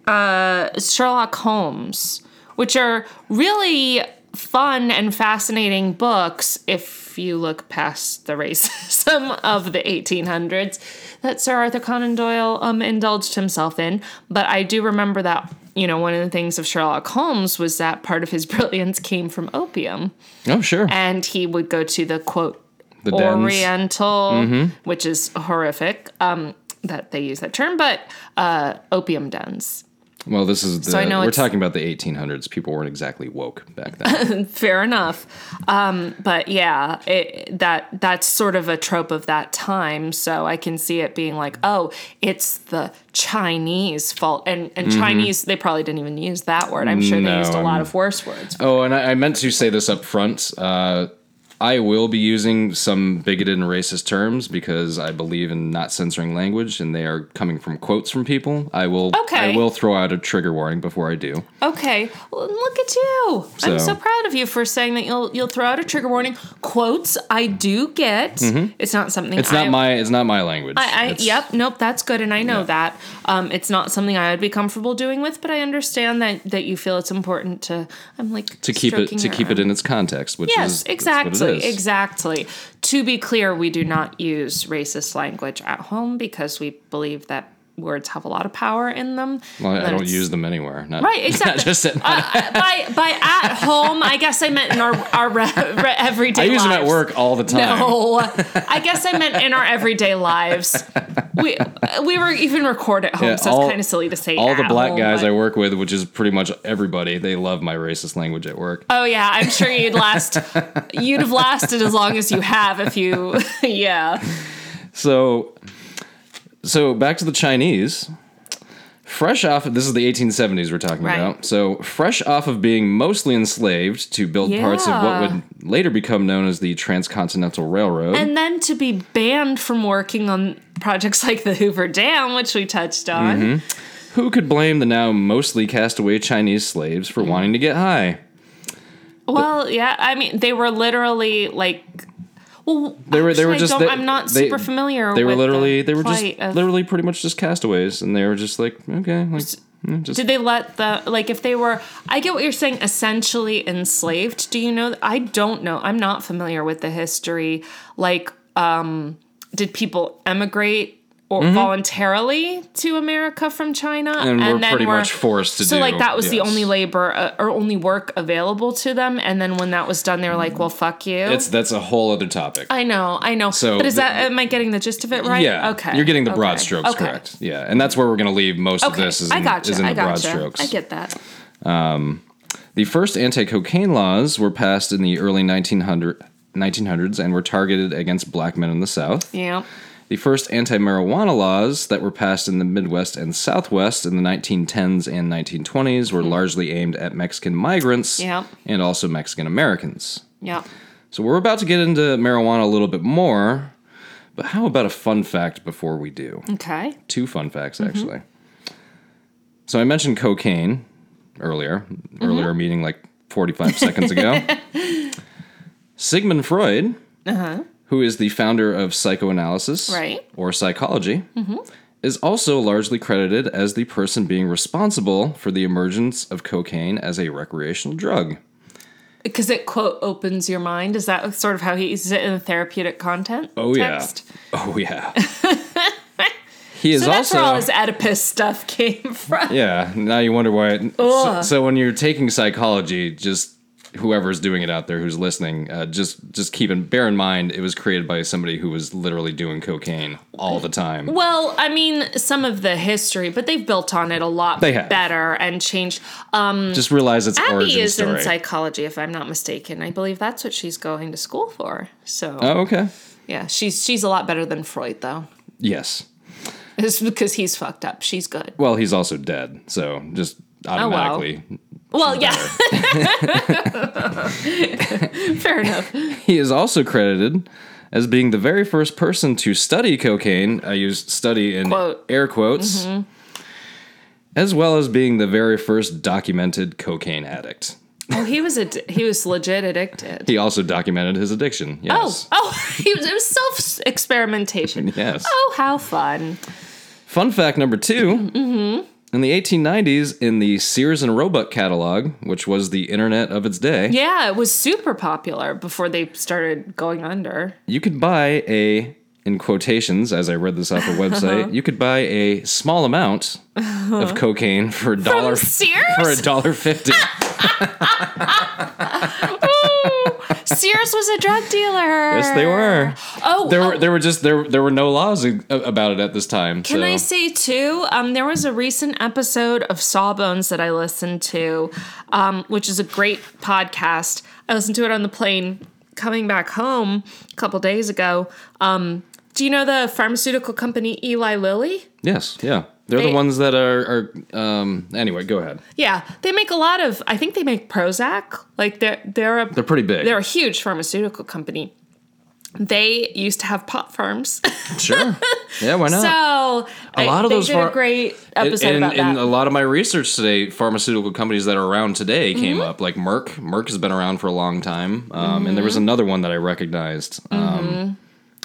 S4: uh Sherlock Holmes, which are really fun and fascinating books if you look past the racism of the 1800s that Sir Arthur Conan Doyle um indulged himself in, but I do remember that you know, one of the things of Sherlock Holmes was that part of his brilliance came from opium,
S3: Oh, sure.
S4: and he would go to the quote
S3: The dens. Mm-hmm.
S4: Oriental, which is horrific um, that they use that term, but uh, opium dens.
S3: Well, this is the,
S4: I know
S3: we're
S4: it's-
S3: talking about the 1800s. People weren't exactly woke back then.
S4: Fair enough. Um, but yeah, it, that that's sort of a trope of that time. So I can see it being like, oh, it's the Chinese fault, and and Chinese they probably didn't even use that word. I'm sure they
S3: Mm-hmm. No,
S4: used a
S3: I'm-
S4: lot of worse words.
S3: oh, and I, I meant to say this up front. Uh, I will be using some bigoted and racist terms because I believe in not censoring language, and they are coming from quotes from people. I will.
S4: Okay.
S3: I will throw out a trigger warning before I do.
S4: Okay, well, look at you. I'm
S3: So-
S4: so proud of you for saying that you'll you'll throw out a trigger warning. Quotes I do get. It's not something.
S3: Mm-hmm. It's not
S4: I-
S3: my. It's not my language.
S4: I, I
S3: It's-
S4: yep, nope, that's good, and I know that. Um, it's not something I would be comfortable doing with, but I understand that that you feel it's important to. I'm like
S3: To keep it
S4: stroking
S3: to
S4: your
S3: keep it
S4: arm.
S3: in its context, which
S4: Yes,
S3: is that's
S4: exactly,
S3: What it is.
S4: exactly. To be clear, we do not use racist language at home because we believe that words have a lot of power in them.
S3: Well,
S4: and
S3: I
S4: that
S3: don't
S4: it's-
S3: use them anywhere. Not,
S4: Right, exactly.
S3: Not just at my
S4: Uh, by by at home, I guess I meant in our our re- re- everyday.
S3: I use them at
S4: lives.
S3: work all the time.
S4: No, I guess I meant in our everyday lives. We we were even record at home,
S3: Yeah,
S4: so
S3: all-
S4: it's kind of silly to say.
S3: All the
S4: at
S3: black
S4: home,
S3: guys
S4: but-
S3: I work with, which is pretty much everybody, they love my racist language at work.
S4: Oh yeah, I'm sure you'd last. you'd have lasted as long as you have if you. Yeah.
S3: So, so back to the Chinese. Fresh off, this is the 1870s we're talking
S4: Right.
S3: about. So, fresh off of being mostly enslaved to build parts of what
S4: Yeah.
S3: would later become known as the Transcontinental Railroad.
S4: And then to be banned from working on projects like the Hoover Dam, which we touched on.
S3: Mm-hmm. who could blame the now mostly castaway Chinese slaves for wanting to get high?
S4: Well, yeah, I mean they were literally like well
S3: They were they
S4: actually,
S3: were
S4: I
S3: just
S4: don't-
S3: they-
S4: I'm not
S3: they-
S4: super familiar
S3: They were
S4: with the
S3: literally they were just
S4: plight of-
S3: literally pretty much just castaways and they were just like okay, like mm, just
S4: Did they let the like if they were I get what you're saying essentially enslaved. Do you know I don't know. I'm not familiar with the history like um did people emigrate or voluntarily to America from China
S3: Mm-hmm. and, we're pretty much forced to
S4: so
S3: do.
S4: like that was the
S3: yes.
S4: only labor uh, or only work available to them and then when that was done they were like well fuck you
S3: It's that's a whole other topic.
S4: I know, I know.
S3: So
S4: but is
S3: the-
S4: that am I getting the gist of it right?
S3: Yeah.
S4: Okay.
S3: You're getting the broad
S4: okay,
S3: strokes
S4: okay,
S3: correct. Yeah, and that's where we're going to leave most of
S4: Okay.
S3: this is
S4: I
S3: in,
S4: gotcha.
S3: is in the
S4: I
S3: broad
S4: gotcha.
S3: strokes.
S4: I get that.
S3: The first anti-cocaine laws were passed in the early 1900, 1900s and were targeted against black men in the South.
S4: Yeah.
S3: The first anti-marijuana laws that were passed in the Midwest and Southwest in the 1910s and 1920s were largely aimed at Mexican migrants
S4: Hmm. Yep.
S3: and also Mexican Americans.
S4: Yeah.
S3: So we're about to get into marijuana a little bit more, but how about a fun fact before we do?
S4: Okay.
S3: Two fun facts
S4: Mm-hmm.
S3: actually. So I mentioned cocaine earlier,
S4: Mm-hmm.
S3: earlier meaning like 45 seconds ago. Sigmund Freud, who is the founder of psychoanalysis
S4: Uh-huh. Right. Mm-hmm.
S3: or psychology, is also largely credited as the person being responsible for the emergence of cocaine as a recreational drug.
S4: Because it quote opens your mind. Is that sort of how he uses it in the therapeutic content?
S3: Oh
S4: text?
S3: yeah. Oh yeah. he is
S4: So that's
S3: also
S4: where all his Oedipus stuff came from.
S3: yeah. Now you wonder why. It, so, so when you're taking psychology, just whoever's doing it out there who's listening, uh, just just keep and bear in mind it was created by somebody who was literally doing cocaine all the time.
S4: Well, I mean, some of the history, but they've built on it a lot
S3: They have.
S4: better and changed.
S3: Just realize its
S4: Abby
S3: origin
S4: is
S3: story.
S4: in psychology, if I'm not mistaken. I believe that's what she's going to school for. So
S3: oh okay.
S4: yeah, she's she's a lot better than Freud, though.
S3: Yes.
S4: It's because he's fucked up. She's good.
S3: Well, he's also dead, so just
S4: Oh,
S3: automatically
S4: Well, yeah. Fair enough.
S3: He is also credited as being the very first person to study cocaine. I use study in
S4: Quote. Mm-hmm.
S3: air quotes. As well as being the very first documented cocaine addict.
S4: Oh, he was ad- he was legit addicted.
S3: He also documented his addiction.
S4: Oh,
S3: Yes.
S4: oh, he was, it was self experimentation.
S3: Yes.
S4: Oh, how fun!
S3: Fun fact number 2
S4: Mm-hmm.
S3: In the 1890s, in the Sears and Roebuck catalog, which was the internet of its day,
S4: Yeah, it was super popular before they started going under.
S3: you could buy a in quotations as i read this off a
S4: Uh-huh.
S3: website you could buy a small amount
S4: Uh-huh.
S3: of cocaine for a dollar
S4: Sears?
S3: for a dollar fifty
S4: Ooh, Because yours was a drug dealer.
S3: Yes, they were.
S4: Oh,
S3: There
S4: oh,
S3: were there were just there there were no laws a- about it at this time.
S4: Can
S3: so.
S4: I say too? Um, there was a recent episode of Sawbones that I listened to, um, which is a great podcast. I listened to it on the plane coming back home a couple days ago. Um, do you know the pharmaceutical company Eli Lilly?
S3: Yes, yeah. They're
S4: They-
S3: the ones that are, are um anyway, go ahead.
S4: Yeah, they make a lot of. I think they make Prozac. Like they're they're a
S3: They're pretty big.
S4: they're a huge pharmaceutical company. They used to have pot farms,
S3: sure. Yeah, why not?
S4: so a
S3: Ah. lot of
S4: they
S3: those
S4: did a
S3: phar-
S4: great episode
S3: in,
S4: about
S3: in
S4: that.
S3: a lot of my research today, pharmaceutical companies that are around today
S4: Mm-hmm.
S3: came up, like Merck. Merck has been around for a long time, um, and there was
S4: Mm-hmm.
S3: another one that I recognized. Um,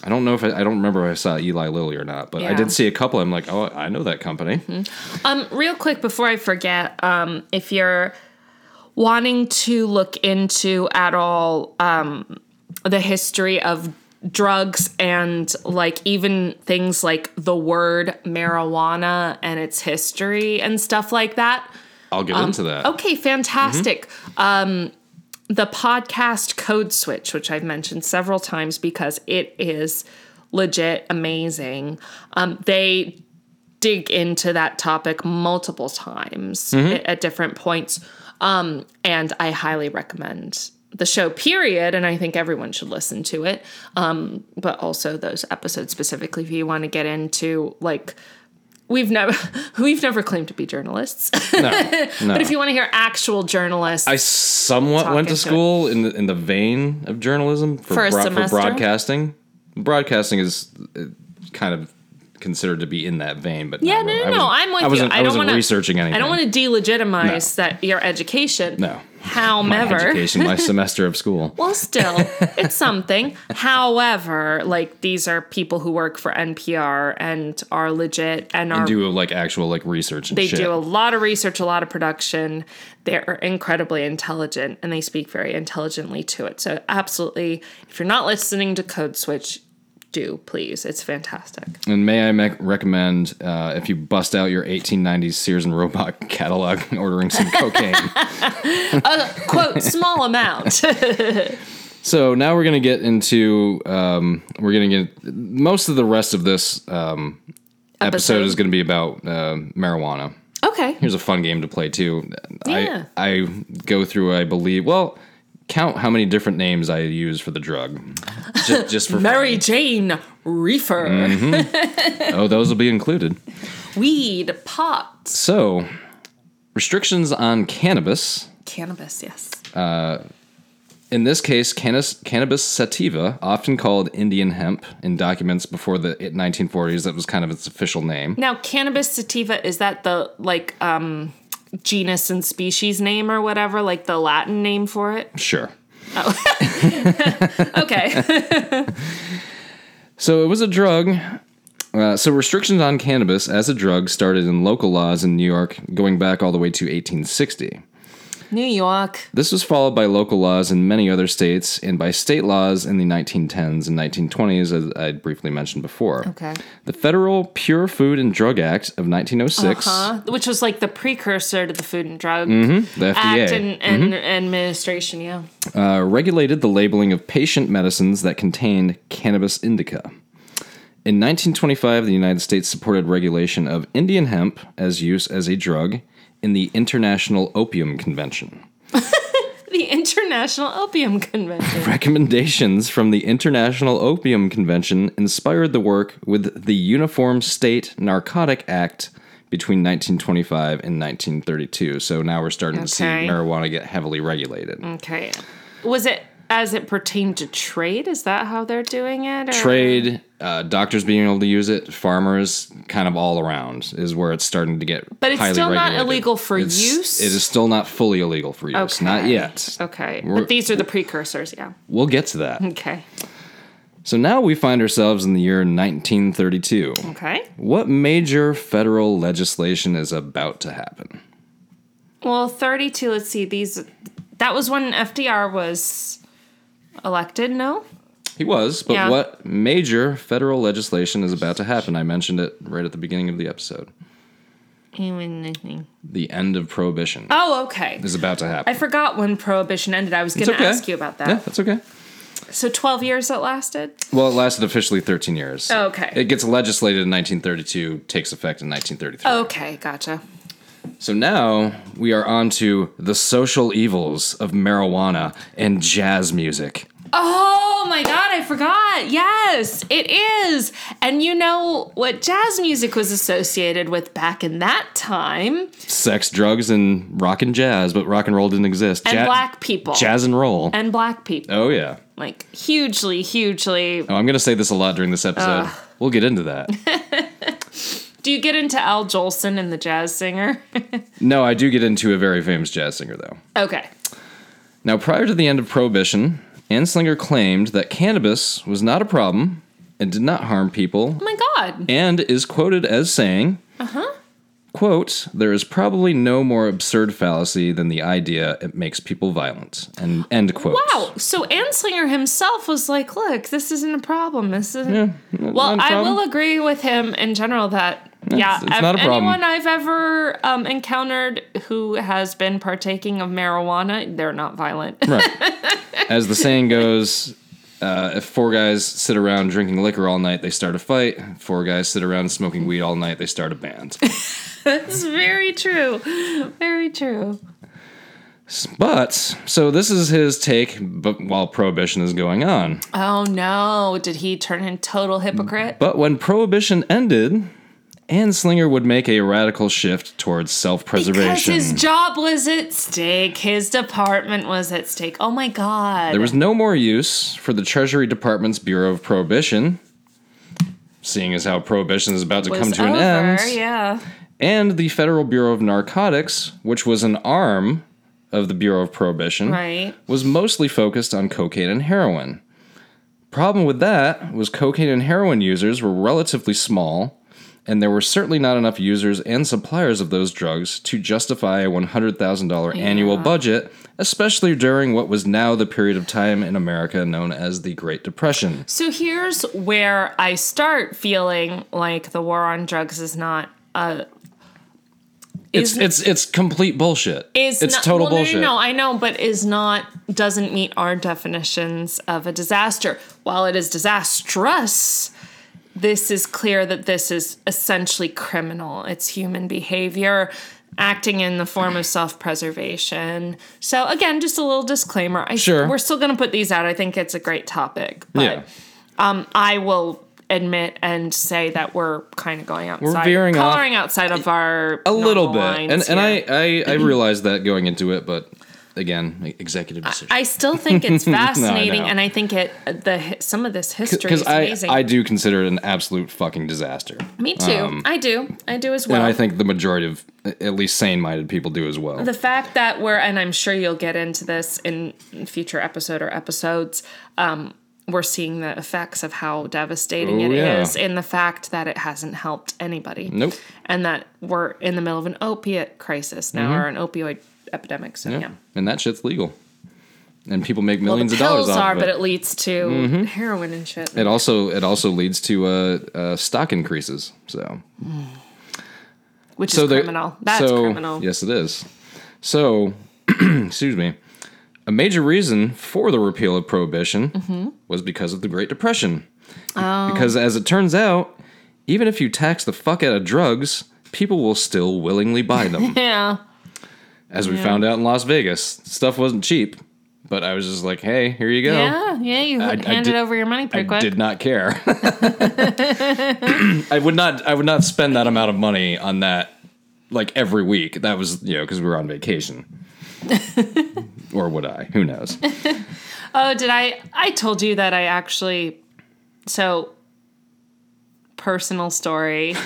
S3: I don't know if I, I don't remember if I saw Eli Lilly or not, but I
S4: Yeah.
S3: did see a couple. I'm like, oh, I know that company.
S4: Um, real quick before I forget, um, if you're wanting to look into at all um, the history of drugs and like even things like the word marijuana and its history and stuff like that.
S3: I'll get into that.
S4: Um, Okay, fantastic. Um, the podcast Code Switch, which I've mentioned several times because it is legit amazing. Um, they dig into that topic multiple times at, at different points. Um, and I highly recommend the show, period. And I think everyone should listen to it. Um, but also those episodes specifically if you want to get into like, We've never we've never claimed to be journalists.
S3: No.
S4: But if you want to hear actual journalists,
S3: I somewhat went
S4: into
S3: to
S4: it.
S3: school in the, in the vein of journalism for,
S4: For a
S3: for
S4: semester?
S3: broadcasting. Broadcasting is uh, kind of considered to be in that vein, but
S4: yeah,
S3: not
S4: no,
S3: really.
S4: no,
S3: I
S4: no, I'm
S3: wasn't-
S4: with
S3: I wasn't,
S4: you. I
S3: I
S4: don't
S3: wasn't
S4: want to
S3: researching anything.
S4: I don't want to delegitimize that your education.
S3: No. My
S4: However,
S3: education, my semester of school.
S4: well, still, it's something. However, like these are people who work for NPR and are legit and are
S3: do like actual like research and
S4: they
S3: shit.
S4: do a lot of research, a lot of production. They're incredibly intelligent and they speak very intelligently to it. So, absolutely, if you're not listening to Code Switch, do please. It's fantastic.
S3: and may I mec- recommend uh, if you bust out your 1890s Sears and Roebuck catalog, ordering some cocaine.
S4: Uh, Quote, small amount.
S3: So now we're gonna get into um, we're gonna get most of the rest of this um, episode
S4: Episode.
S3: is gonna be about uh, marijuana.
S4: okay.
S3: Here's a fun game to play too.
S4: Yeah.
S3: I I go through I believe well count how many different names I use for the drug just, just for fun.
S4: Mary Jane Reefer,
S3: Mm. oh those will be included.
S4: weed, pot,
S3: So, restrictions on cannabis.
S4: cannabis. Yes.
S3: In this case, cannabis, cannabis sativa, often called Indian hemp, in documents before the 1940s, that was kind of its official name.
S4: Now, cannabis sativa is that the like um genus and species name or whatever, like the Latin name for it?
S3: Sure.
S4: Okay.
S3: So it was a drug. Uh, so restrictions on cannabis as a drug started in local laws in New York, going back all the way to 1860.
S4: New York.
S3: This was followed by local laws in many other states and by state laws in the 1910s and 1920s, as I briefly mentioned before.
S4: Okay.
S3: The Federal Pure Food and Drug Act of 1906,
S4: Huh? Uh, Which was like the precursor to the Food and Drug
S3: the
S4: Act
S3: FDA,
S4: and, and administration. Yeah.
S3: uh, regulated the labeling of patient medicines that contained cannabis indica. In 1925, the United States supported regulation of Indian hemp as use as a drug in the International Opium Convention.
S4: The International Opium Convention.
S3: Recommendations from the International Opium Convention inspired the work with the Uniform State Narcotic Act between 1925 and 1932. So now we're starting to see
S4: Okay.
S3: marijuana get heavily regulated.
S4: okay. Was it as it pertained to trade? Is that how they're doing it? Or?
S3: Trade, uh, doctors being able to use it, farmers, kind of all around is where it's starting to get.
S4: But it's
S3: highly
S4: still not
S3: regulated.
S4: illegal for
S3: It's-
S4: use?
S3: It is still not fully illegal for use. Not
S4: Okay.
S3: yet.
S4: Okay.
S3: We're-
S4: but these are the precursors, yeah.
S3: We'll get to that.
S4: Okay.
S3: So now we find ourselves in the year 1932.
S4: Okay.
S3: What major federal legislation is about to happen?
S4: Well, 32, let's see. These that was when FDR was elected, no?
S3: He was, but
S4: Yeah.
S3: what major federal legislation is about to happen? I mentioned it right at the beginning of the episode. The end of prohibition
S4: Oh, okay.
S3: is about to
S4: I
S3: happen.
S4: forgot when prohibition ended. I was going to
S3: okay.
S4: ask you about that.
S3: Yeah, that's okay.
S4: So 12 years it lasted?
S3: Well, it lasted officially 13 years.
S4: Oh, Okay.
S3: It gets legislated in 1932, takes effect in 1933.
S4: Okay, gotcha.
S3: So now we are on to the social evils of marijuana and jazz music.
S4: Oh my god, I forgot. Yes, it is. And you know what jazz music was associated with back in that time?
S3: Sex, drugs, and rock and jazz, but rock and roll didn't exist.
S4: And
S3: Ja-
S4: black people.
S3: Jazz and roll.
S4: and black people.
S3: oh, yeah.
S4: Like hugely, hugely.
S3: Oh, I'm going to say this a lot during this episode. We'll get into that.
S4: Do you get into Al Jolson and the jazz singer?
S3: no, I do get into a very famous jazz singer, though.
S4: okay.
S3: Now, prior to the end of Prohibition, Anslinger claimed that cannabis was not a problem and did not harm people
S4: Oh my god.
S3: and is quoted as saying,
S4: Uh-huh.
S3: quote, there is probably no more absurd fallacy than the idea it makes people violent, and end quote.
S4: Wow. So Anslinger himself was like, look, this isn't a problem. This isn't. well,
S3: not a
S4: I
S3: problem.
S4: will agree with him in general that. Yeah,
S3: it's not a problem.
S4: anyone I've ever um, encountered who has been partaking of marijuana, they're not violent.
S3: Right. As the saying goes, uh, if four guys sit around drinking liquor all night, they start a fight. If four guys sit around smoking weed all night, they start a band.
S4: That's very true. Very true.
S3: but, so this is his take but while Prohibition is going on.
S4: Oh no, did he turn in total hypocrite?
S3: But when Prohibition ended, Anslinger would make a radical shift towards self
S4: Because
S3: preservation.
S4: his job was at stake, his department was at stake. Oh my god.
S3: There was no more use for the Treasury Department's Bureau of Prohibition, seeing as how Prohibition is about to
S4: Was
S3: come to
S4: over,
S3: an end,
S4: Yeah.
S3: and the Federal Bureau of Narcotics, which was an arm of the Bureau of Prohibition,
S4: Right.
S3: was mostly focused on cocaine and heroin. Problem with that was cocaine and heroin users were relatively small, and there were certainly not enough users and suppliers of those drugs to justify a $100,000 annual budget, especially during what was now the period of time in America known as the Great Depression.
S4: So here's where I start feeling like the war on drugs is not a
S3: It's it's it's complete bullshit.
S4: is
S3: it's
S4: not,
S3: total
S4: well, no,
S3: bullshit.
S4: No, no, no, I know, but is not doesn't meet our definitions of a disaster. While it is disastrous, this is clear that this is essentially criminal. It's human behavior acting in the form of self-preservation. So again, just a little disclaimer. I,
S3: Sure.
S4: We're still going to put these out. I think it's a great topic, but
S3: Yeah.
S4: I will admit and say that we're kind of going outside,
S3: veering off
S4: coloring outside of our
S3: A little bit. And and I, I I realized that going into it, but again, executive decision.
S4: I still think it's fascinating,
S3: know.
S4: and I think it the hi- some of this history
S3: because
S4: is
S3: I,
S4: amazing.
S3: I do consider it an absolute fucking disaster.
S4: Me too. I do. I do as well.
S3: And I think the majority of at least sane minded people do as well.
S4: the fact that we're and I'm sure you'll get into this in future episode or episodes. Um, we're seeing the effects of how devastating
S3: Oh,
S4: it is,
S3: yeah.
S4: in the fact that it hasn't helped anybody.
S3: nope.
S4: And that we're in the middle of an opiate crisis
S3: Mm-hmm.
S4: now or an opioid epidemic. So yeah.
S3: And that shit's legal. And people make
S4: Well,
S3: millions
S4: the
S3: of
S4: pills
S3: dollars off
S4: are,
S3: of
S4: but
S3: it. Mm-hmm.
S4: it leads to heroin and shit.
S3: It also it also leads to uh, uh, stock increases. So
S4: which
S3: so
S4: is
S3: the-
S4: criminal. That's
S3: so-
S4: criminal.
S3: Yes, it is. So, excuse me. A major reason for the repeal of prohibition
S4: Mm-hmm.
S3: was because of the Great Depression.
S4: Oh.
S3: Because as it turns out, even if you tax the fuck out of drugs, people will still willingly buy them.
S4: Yeah.
S3: as we found out in Las Vegas, stuff wasn't cheap, but I was just like, "Hey, here you go."
S4: Yeah, yeah, you
S3: I
S4: handed
S3: did-
S4: over your money
S3: I
S4: pretty quick.
S3: did not care. I would not. I would not spend that amount of money on that, like every week. That was you know because we were on vacation, or would I? Who knows?
S4: Oh, did I? I told you that I actually. So, personal story.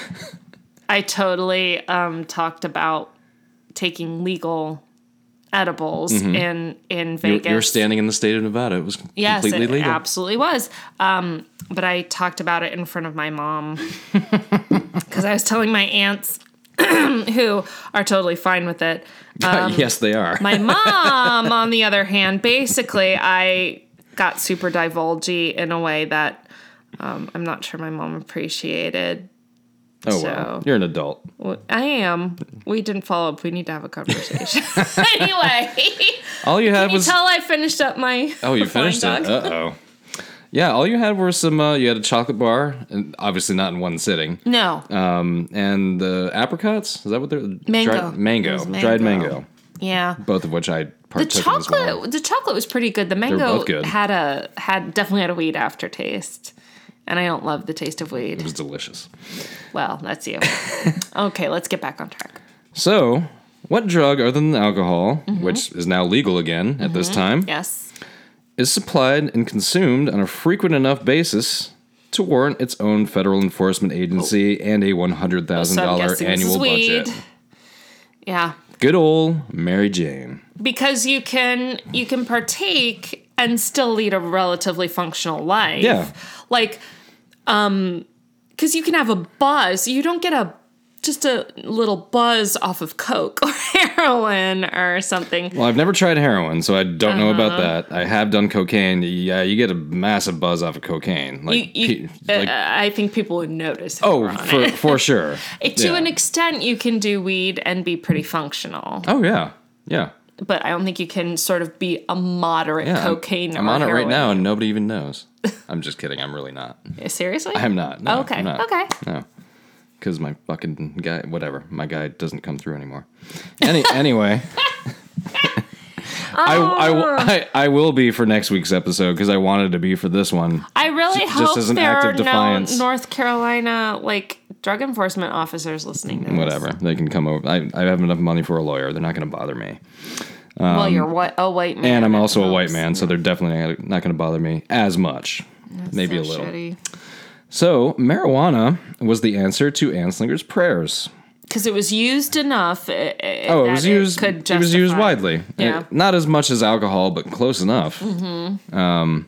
S4: I totally um, talked about taking legal edibles
S3: Mm-hmm.
S4: in in
S3: You,
S4: Vegas.
S3: you were standing in the state of Nevada. It was
S4: yes,
S3: completely
S4: it
S3: legal.
S4: absolutely was. Um, but I talked about it in front of my mom because I was telling my aunts who are totally fine with it.
S3: yes, they are.
S4: um, My mom, on the other hand, basically, I got super divulgy in a way that um, I'm not sure my mom appreciated.
S3: oh well,
S4: so-
S3: you're an adult.
S4: Well, I am. We didn't follow up. We need to have a conversation. anyway,
S3: All you had was
S4: until I finished up my.
S3: oh, you
S4: flying
S3: finished it.
S4: dog.
S3: Uh oh. Yeah, all you had were some. Uh, you had a chocolate bar, and obviously not in one sitting.
S4: No.
S3: Um, and the apricots. Is that what they're
S4: Mango.
S3: dried-
S4: It
S3: mango,
S4: was
S3: dried
S4: mango.
S3: mango.
S4: yeah.
S3: Both of which I
S4: The
S3: partook in as
S4: chocolate,
S3: well.
S4: the chocolate was pretty good. The mango
S3: both good.
S4: had a had definitely had a weed aftertaste, and I don't love the taste of
S3: It
S4: weed.
S3: was delicious.
S4: Well, that's you. okay, let's get back on track.
S3: So, what drug other than alcohol,
S4: Mm-hmm.
S3: which is now legal again at this time,
S4: Yes.
S3: is supplied and consumed on a frequent enough basis to warrant its own federal enforcement agency and a one hundred thousand
S4: So Oh. I'm
S3: dollar
S4: guessing this is
S3: annual budget?
S4: weed. Yeah,
S3: Good old Mary Jane.
S4: because you can you can partake and still lead a relatively functional life.
S3: Yeah.
S4: Like um cuz you can have a buzz. You don't get a just a little buzz off of coke or heroin or something.
S3: Well, I've never tried heroin, so I don't know about
S4: Uh-huh.
S3: that. I have done cocaine. Yeah, you get a massive buzz off of cocaine.
S4: You,
S3: Like,
S4: you,
S3: pe- like-
S4: uh, I think people would notice. if we're
S3: oh,
S4: on
S3: for,
S4: it.
S3: for sure.
S4: It- to
S3: yeah.
S4: an extent, you can do weed and be pretty functional,
S3: oh yeah, yeah,
S4: but I don't think you can sort of be a moderate
S3: yeah. I'm-
S4: cocaine.
S3: I'm,
S4: or
S3: on it right
S4: heroin.
S3: now, and nobody even knows. I'm just kidding. I'm really not.
S4: Seriously,
S3: I'm not.
S4: Oh,
S3: No,
S4: Okay,
S3: I'm not.
S4: okay.
S3: No, because my fucking guy, whatever, my guy doesn't come through anymore. Any anyway. I,
S4: Ah.
S3: I, I, I will be for next week's episode because I wanted to be for this one.
S4: I really
S3: just
S4: hope
S3: as an
S4: there
S3: act
S4: are
S3: of defiance.
S4: no North Carolina like drug enforcement officers listening. To this.
S3: Whatever. They can come over. I, I have enough money for a lawyer. They're not going to bother me.
S4: well, you're what a white man,
S3: Um, And I'm also a white
S4: Oops.
S3: man, so they're definitely not going to bother me as much. Maybe
S4: So
S3: a little.
S4: shitty.
S3: So, marijuana was the answer to Anslinger's prayers.
S4: because it was used enough. i- i-
S3: Oh, it
S4: that
S3: was used.
S4: could
S3: it was used
S4: justify-
S3: widely.
S4: Yeah. Mm-hmm.
S3: Uh, not as much as alcohol, but close enough. Um,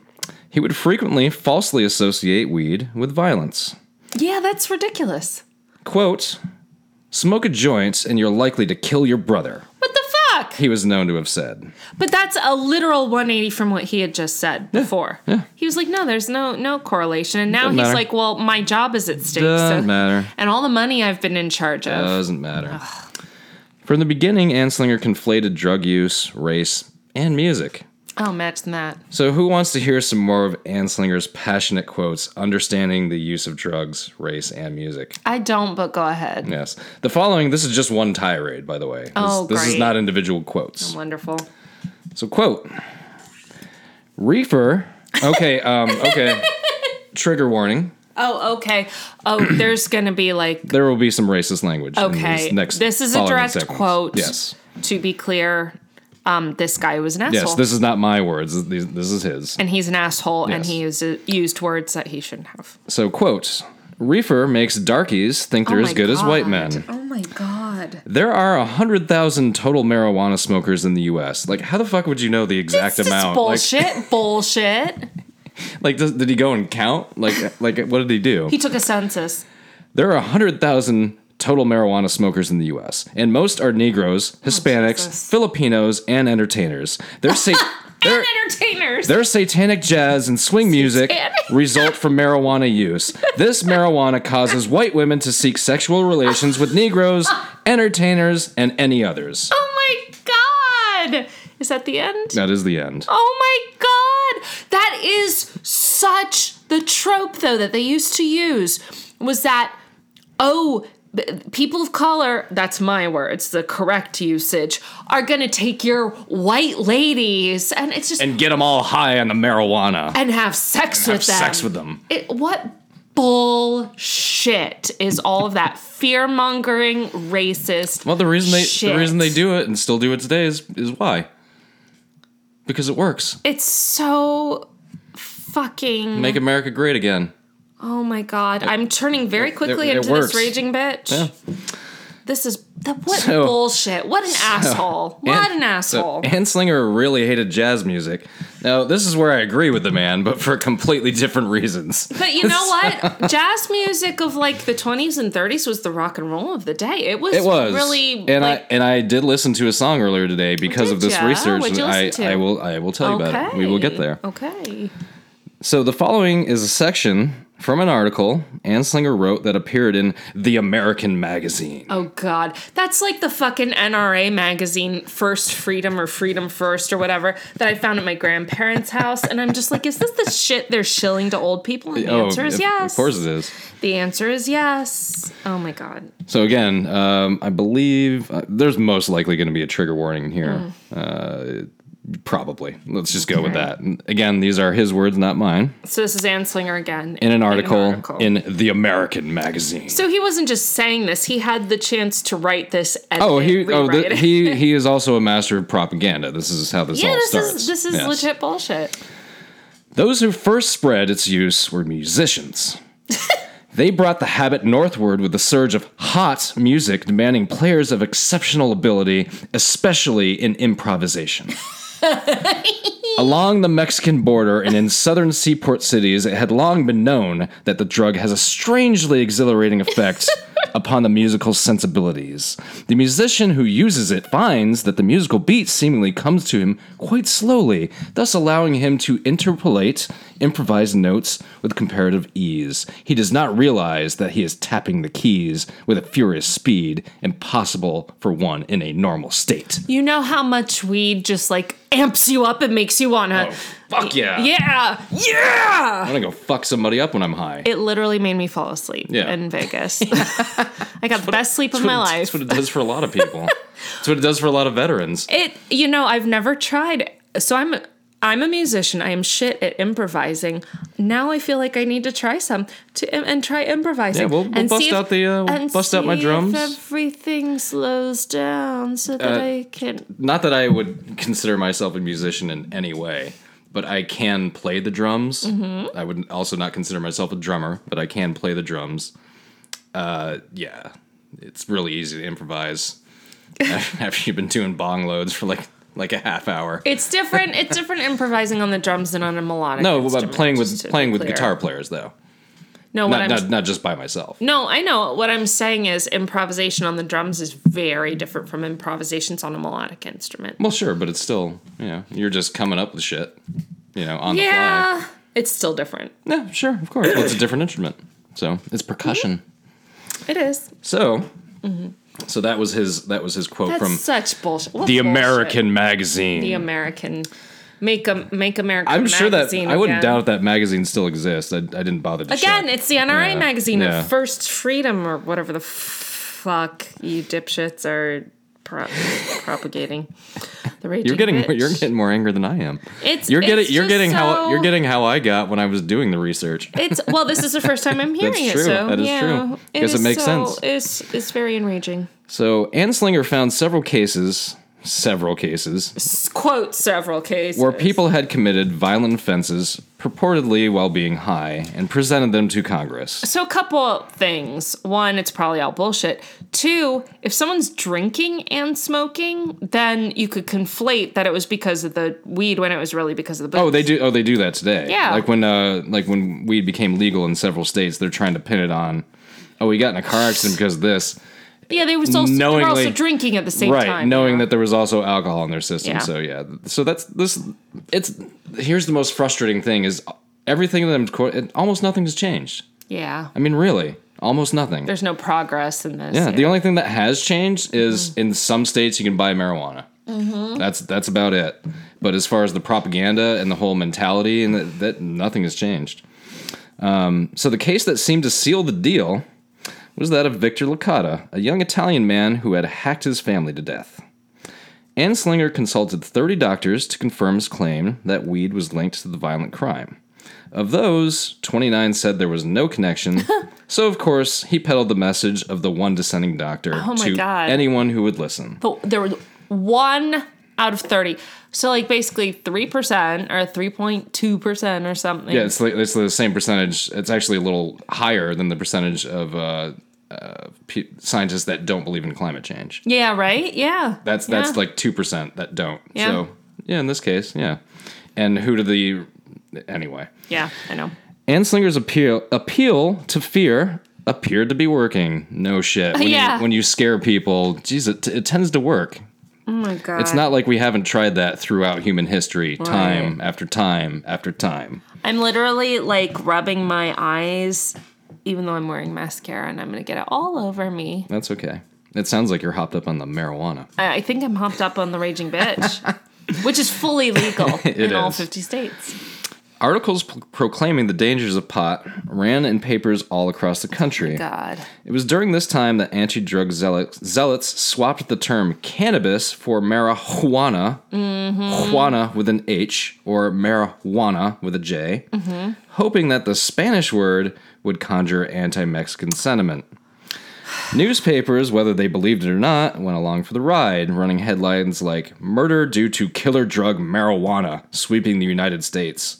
S3: he would frequently falsely associate weed with violence.
S4: Yeah, that's ridiculous.
S3: "Quote: Smoke a joint, and you're likely to kill your brother."
S4: What the fuck?
S3: He was known to have said.
S4: But that's a literal 180 from what he had just said before. He was like, "No, there's no no correlation." And now
S3: Doesn't
S4: he's
S3: matter.
S4: like, "Well, my job is at stake, so,
S3: Doesn't matter. Uh,
S4: and all the money I've been in charge of."
S3: Doesn't matter. From the beginning, Anslinger conflated drug use, race, and music.
S4: oh, match that.
S3: So, who wants to hear some more of Anslinger's passionate quotes, understanding the use of drugs, race, and music?
S4: I don't, but go ahead.
S3: Yes. The following, this is just one tirade, by the way. This,
S4: Oh,
S3: this is
S4: great.
S3: not individual quotes.
S4: Wonderful.
S3: So, quote Reefer. Okay, um, okay. Trigger warning.
S4: Oh, okay. Oh, there's going to be like
S3: There will be some racist language. in
S4: Okay,
S3: these next
S4: this is a
S3: following
S4: direct
S3: segments.
S4: quote.
S3: Yes.
S4: to be clear, um, this guy was an asshole.
S3: Yes, this is not my words. This this is his.
S4: and he's an asshole, and
S3: Yes.
S4: he used, used words that he shouldn't have.
S3: So, quote Reefer makes darkies think they're
S4: Oh
S3: as
S4: my
S3: good as white
S4: God.
S3: men.
S4: Oh my god!
S3: There are 100,000 total marijuana smokers in the US. Like, how the fuck would you know the exact
S4: This is
S3: amount? Like-
S4: bullshit. bullshit.
S3: Like, does, did he go and count? Like, like what did he do?
S4: He took a census.
S3: There are 100,000 total marijuana smokers in the US, and most are Negroes, Hispanics,
S4: Oh, Jesus.
S3: Filipinos, and entertainers. Their, sa- their,
S4: and entertainers.
S3: their satanic jazz and swing music
S4: Satanic.
S3: result from marijuana use. This marijuana causes white women to seek sexual relations with Negroes, entertainers, and any others.
S4: Oh my god! Is that the end?
S3: That is the end.
S4: Oh my god! That is such the trope though that they used to use was that oh b- people of color that's my words the correct usage are going to take your white ladies and it's just and,
S3: And get them all high on the marijuana.
S4: have sex
S3: Have
S4: with them.
S3: sex with them.
S4: It, what bullshit is all of that fear mongering racist
S3: Well, the reason they
S4: Shit.
S3: the reason they do it and still do it today is is why. Because it works.
S4: It's so fucking.
S3: Make America great again.
S4: oh my god! I'm turning very quickly
S3: it
S4: into
S3: works.
S4: this raging bitch.
S3: Yeah.
S4: This is the, what
S3: So-
S4: bullshit. What an asshole. What
S3: And-
S4: an asshole.
S3: So, Anslinger really hated jazz music. Now, this is where I agree with the man, but for completely different reasons.
S4: but you know what? Jazz music of like the 20s and 30s was the rock and roll of the day. It was.
S3: It was
S4: really.
S3: and
S4: like,
S3: I and I did listen to a song earlier today because
S4: Did
S3: of this
S4: ya?
S3: research.
S4: What'd you
S3: and I,
S4: listen to?
S3: I will I will tell you about it. We will get there.
S4: Okay.
S3: So the following is a section From an article Anslinger wrote that appeared in The American Magazine.
S4: Oh God, that's like the fucking NRA magazine, First Freedom or Freedom First or whatever that I found at my grandparents' house, and I'm just like, is this the shit they're shilling to old people? And the answer is
S3: Oh, of-
S4: yes.
S3: Of course it is.
S4: The answer is yes. Oh my God.
S3: So again, um, I believe uh, there's most likely going to be a trigger warning in here.
S4: Mm.
S3: Uh, probably. Let's just go with that. And again, these are his words, not mine.
S4: So this is Anslinger again
S3: In an article in, the American magazine.
S4: so he wasn't just saying this; he had the chance to write this. Edit
S3: oh,
S4: it,
S3: he oh,
S4: rewrite
S3: th-
S4: it.
S3: he he is also a master of propaganda. This is how this
S4: Yeah,
S3: all
S4: this
S3: starts.
S4: is this is
S3: Yes.
S4: legit bullshit.
S3: Those who first spread its use were musicians. they brought the habit northward with the surge of hot music demanding players of exceptional ability, especially in improvisation. Along the Mexican border and in southern seaport cities, it had long been known that the drug has a strangely exhilarating effect upon the musical sensibilities. The musician who uses it finds that the musical beat seemingly comes to him quite slowly, thus allowing him to interpolate improvised notes with comparative ease. He does not realize that he is tapping the keys with a furious speed impossible for one in a normal state.
S4: You know how much weed just like amps you up and makes you wanna.
S3: Oh, Fuck yeah.
S4: Yeah, yeah.
S3: I'm gonna go fuck somebody up when I'm high.
S4: It literally made me fall asleep
S3: Yeah.
S4: in Vegas. I got the best sleep of my
S3: what it-
S4: life.
S3: That's what it does for a lot of people. That's what it does for a lot of veterans.
S4: It you know, I've never tried. So I'm I'm a musician. I am shit at improvising. Now I feel like I need to try some to and try improvising.
S3: Yeah, we'll- we'll
S4: and see
S3: bust out the, uh, we'll
S4: and
S3: bust out my
S4: see if
S3: drums. Uh,
S4: everything slows down so that I can.
S3: Not that I would consider myself a musician in any way, but I can play the drums.
S4: Mm-hmm.
S3: I would also not consider myself a drummer, but I can play the drums. Uh, yeah, it's really easy to improvise after you've been doing bong loads for like like a half hour.
S4: It's different. It's different improvising on the drums than on a melodic.
S3: no, but
S4: instrument,
S3: playing
S4: just
S3: with
S4: to be
S3: playing with
S4: clear.
S3: guitar players though,
S4: No, what
S3: not,
S4: I'm
S3: not not just by myself.
S4: No, I know. What I'm saying is improvisation on the drums is very different from improvisations on a melodic instrument.
S3: Well, sure, but it's still you know you're just coming up with shit, you know, on the fly.
S4: Yeah. It's still different.
S3: Yeah, sure, of course. Well, it's a different instrument, so it's percussion.
S4: It is.
S3: So, so that was his that was his quote
S4: That's
S3: from
S4: such bullshit. What
S3: the
S4: bullshit?
S3: American magazine.
S4: The American. Make a make America.
S3: I'm sure that
S4: magazine
S3: I wouldn't
S4: again.
S3: doubt if that magazine still exists. I, I didn't bother to
S4: Again,
S3: check.
S4: it's the NRA
S3: Yeah.
S4: magazine
S3: Yeah.
S4: of First Freedom or whatever the fuck you dipshits are pro- propagating. The raging
S3: You're getting
S4: bitch.
S3: you're getting more angry than I am.
S4: It's-
S3: you're getting
S4: it's
S3: you're
S4: just
S3: getting how
S4: so-
S3: you're getting how I got when I was doing the research.
S4: It's well, this is the first time I'm hearing
S3: true.
S4: it. So
S3: That is
S4: yeah,
S3: true. Guess it
S4: is
S3: makes
S4: so,
S3: sense.
S4: It's it's very enraging.
S3: So Anslinger found several cases, several cases
S4: S- Quote several cases
S3: where people had committed violent offenses purportedly while being high and presented them to Congress.
S4: So a couple things. One, it's probably all bullshit. Two, if someone's drinking and smoking, then you could conflate that it was because of the weed when it was really because of the booze.
S3: Oh, they do. Oh, they do that today.
S4: Yeah.
S3: Like when, uh, like when weed became legal in several states, they're trying to pin it on. Oh, we got in a car accident because of this,
S4: yeah, they was also they were
S3: knowingly-
S4: also drinking at the same
S3: right?
S4: time.
S3: knowing
S4: yeah.
S3: that there was also alcohol in their system.
S4: Yeah.
S3: So yeah. So that's this. It's here's the most frustrating thing is everything that I'm qu- it- almost nothing has changed.
S4: yeah,
S3: I mean, really, almost nothing.
S4: there's no progress in this.
S3: Yeah, the only thing that has changed is in some states you can buy marijuana. That's that's about it. But as far as the propaganda and the whole mentality and that, that nothing has changed. Um, so the case that seemed to seal the deal was that of Victor Licata, a young Italian man who had hacked his family to death. Anslinger consulted 30 doctors to confirm his claim that weed was linked to the violent crime. Of those, 29 said there was no connection. so, of course, he peddled the message of the one dissenting doctor
S4: Oh my
S3: to
S4: God.
S3: anyone who would listen.
S4: but there was one out of 30 so like basically 3% or 3.2% or something
S3: Yeah, it's, like, it's the same percentage. It's actually a little higher than the percentage of uh, uh, pe scientists that don't believe in climate change.
S4: Yeah, right yeah
S3: That's
S4: Yeah.
S3: that's like two percent that don't.
S4: Yeah.
S3: So yeah, in this case, yeah. And who do the anyway?
S4: yeah i know
S3: Anslinger's appeal appeal to fear appeared to be working. No shit. When
S4: Yeah.
S3: You, when you scare people, geez, it, it tends to work.
S4: oh my god
S3: It's not like we haven't tried that throughout human history, time after time after time.
S4: I'm literally like rubbing my eyes, even though I'm wearing mascara and I'm gonna get it all over me.
S3: That's okay. It sounds like you're hopped up on the marijuana.
S4: I, I think I'm hopped up on the raging bitch. Which is fully legal in all
S3: is.
S4: 50 states.
S3: Articles p- proclaiming the dangers of pot ran in papers all across the country.
S4: God.
S3: It was during this time that anti drug zealots, zealots swapped the term cannabis for marijuana,
S4: Mm-hmm.
S3: juana with an H, or marijuana with a J,
S4: Mm-hmm.
S3: hoping that the Spanish word would conjure anti Mexican sentiment. Newspapers, whether they believed it or not, went along for the ride, running headlines like Murder Due to Killer Drug Marijuana Sweeping the United States.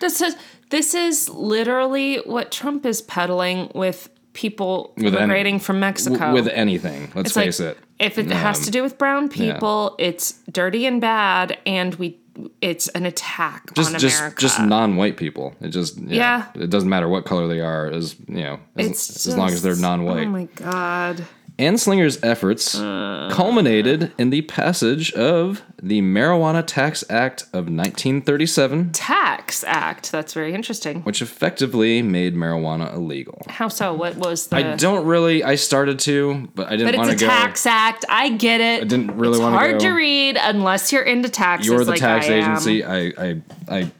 S4: This is this is literally what Trump is peddling with people
S3: With any-
S4: immigrating from Mexico.
S3: W- with anything, let's
S4: It's like,
S3: face it.
S4: If it has to do with brown people, it's dirty and bad, and we it's an attack
S3: just
S4: on America.
S3: just just non-white people. It just yeah,
S4: Yeah.
S3: It doesn't matter what color they are, as you know, as,
S4: It's
S3: as long as they're
S4: just-
S3: non-white.
S4: Oh my god.
S3: Anslinger's efforts
S4: Uh.
S3: culminated in the passage of the Marijuana Tax Act of 1937,
S4: Tax Act. That's very interesting.
S3: which effectively made marijuana illegal.
S4: How so? What was the?
S3: I don't really. I started to, but I
S4: but
S3: didn't
S4: it's
S3: want
S4: a
S3: to go.
S4: tax act. I get it. I
S3: didn't really
S4: It's
S3: wanna
S4: hard
S3: go-
S4: to read unless you're into taxes.
S3: You're the
S4: like
S3: tax
S4: I am.
S3: agency. I I I.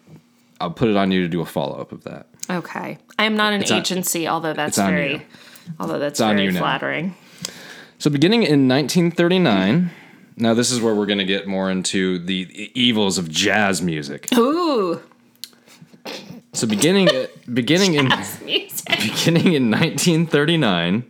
S3: I'll put it on you to do a follow up of that.
S4: Okay, I am not an
S3: on-
S4: agency, although that's
S3: on
S4: very,
S3: you.
S4: although that's
S3: on
S4: very
S3: you now.
S4: flattering.
S3: So, beginning in 1939, now this is where we're going to get more into the evils of jazz music.
S4: Oh. Ooh,
S3: So, beginning beginning in
S4: music.
S3: beginning in 1939,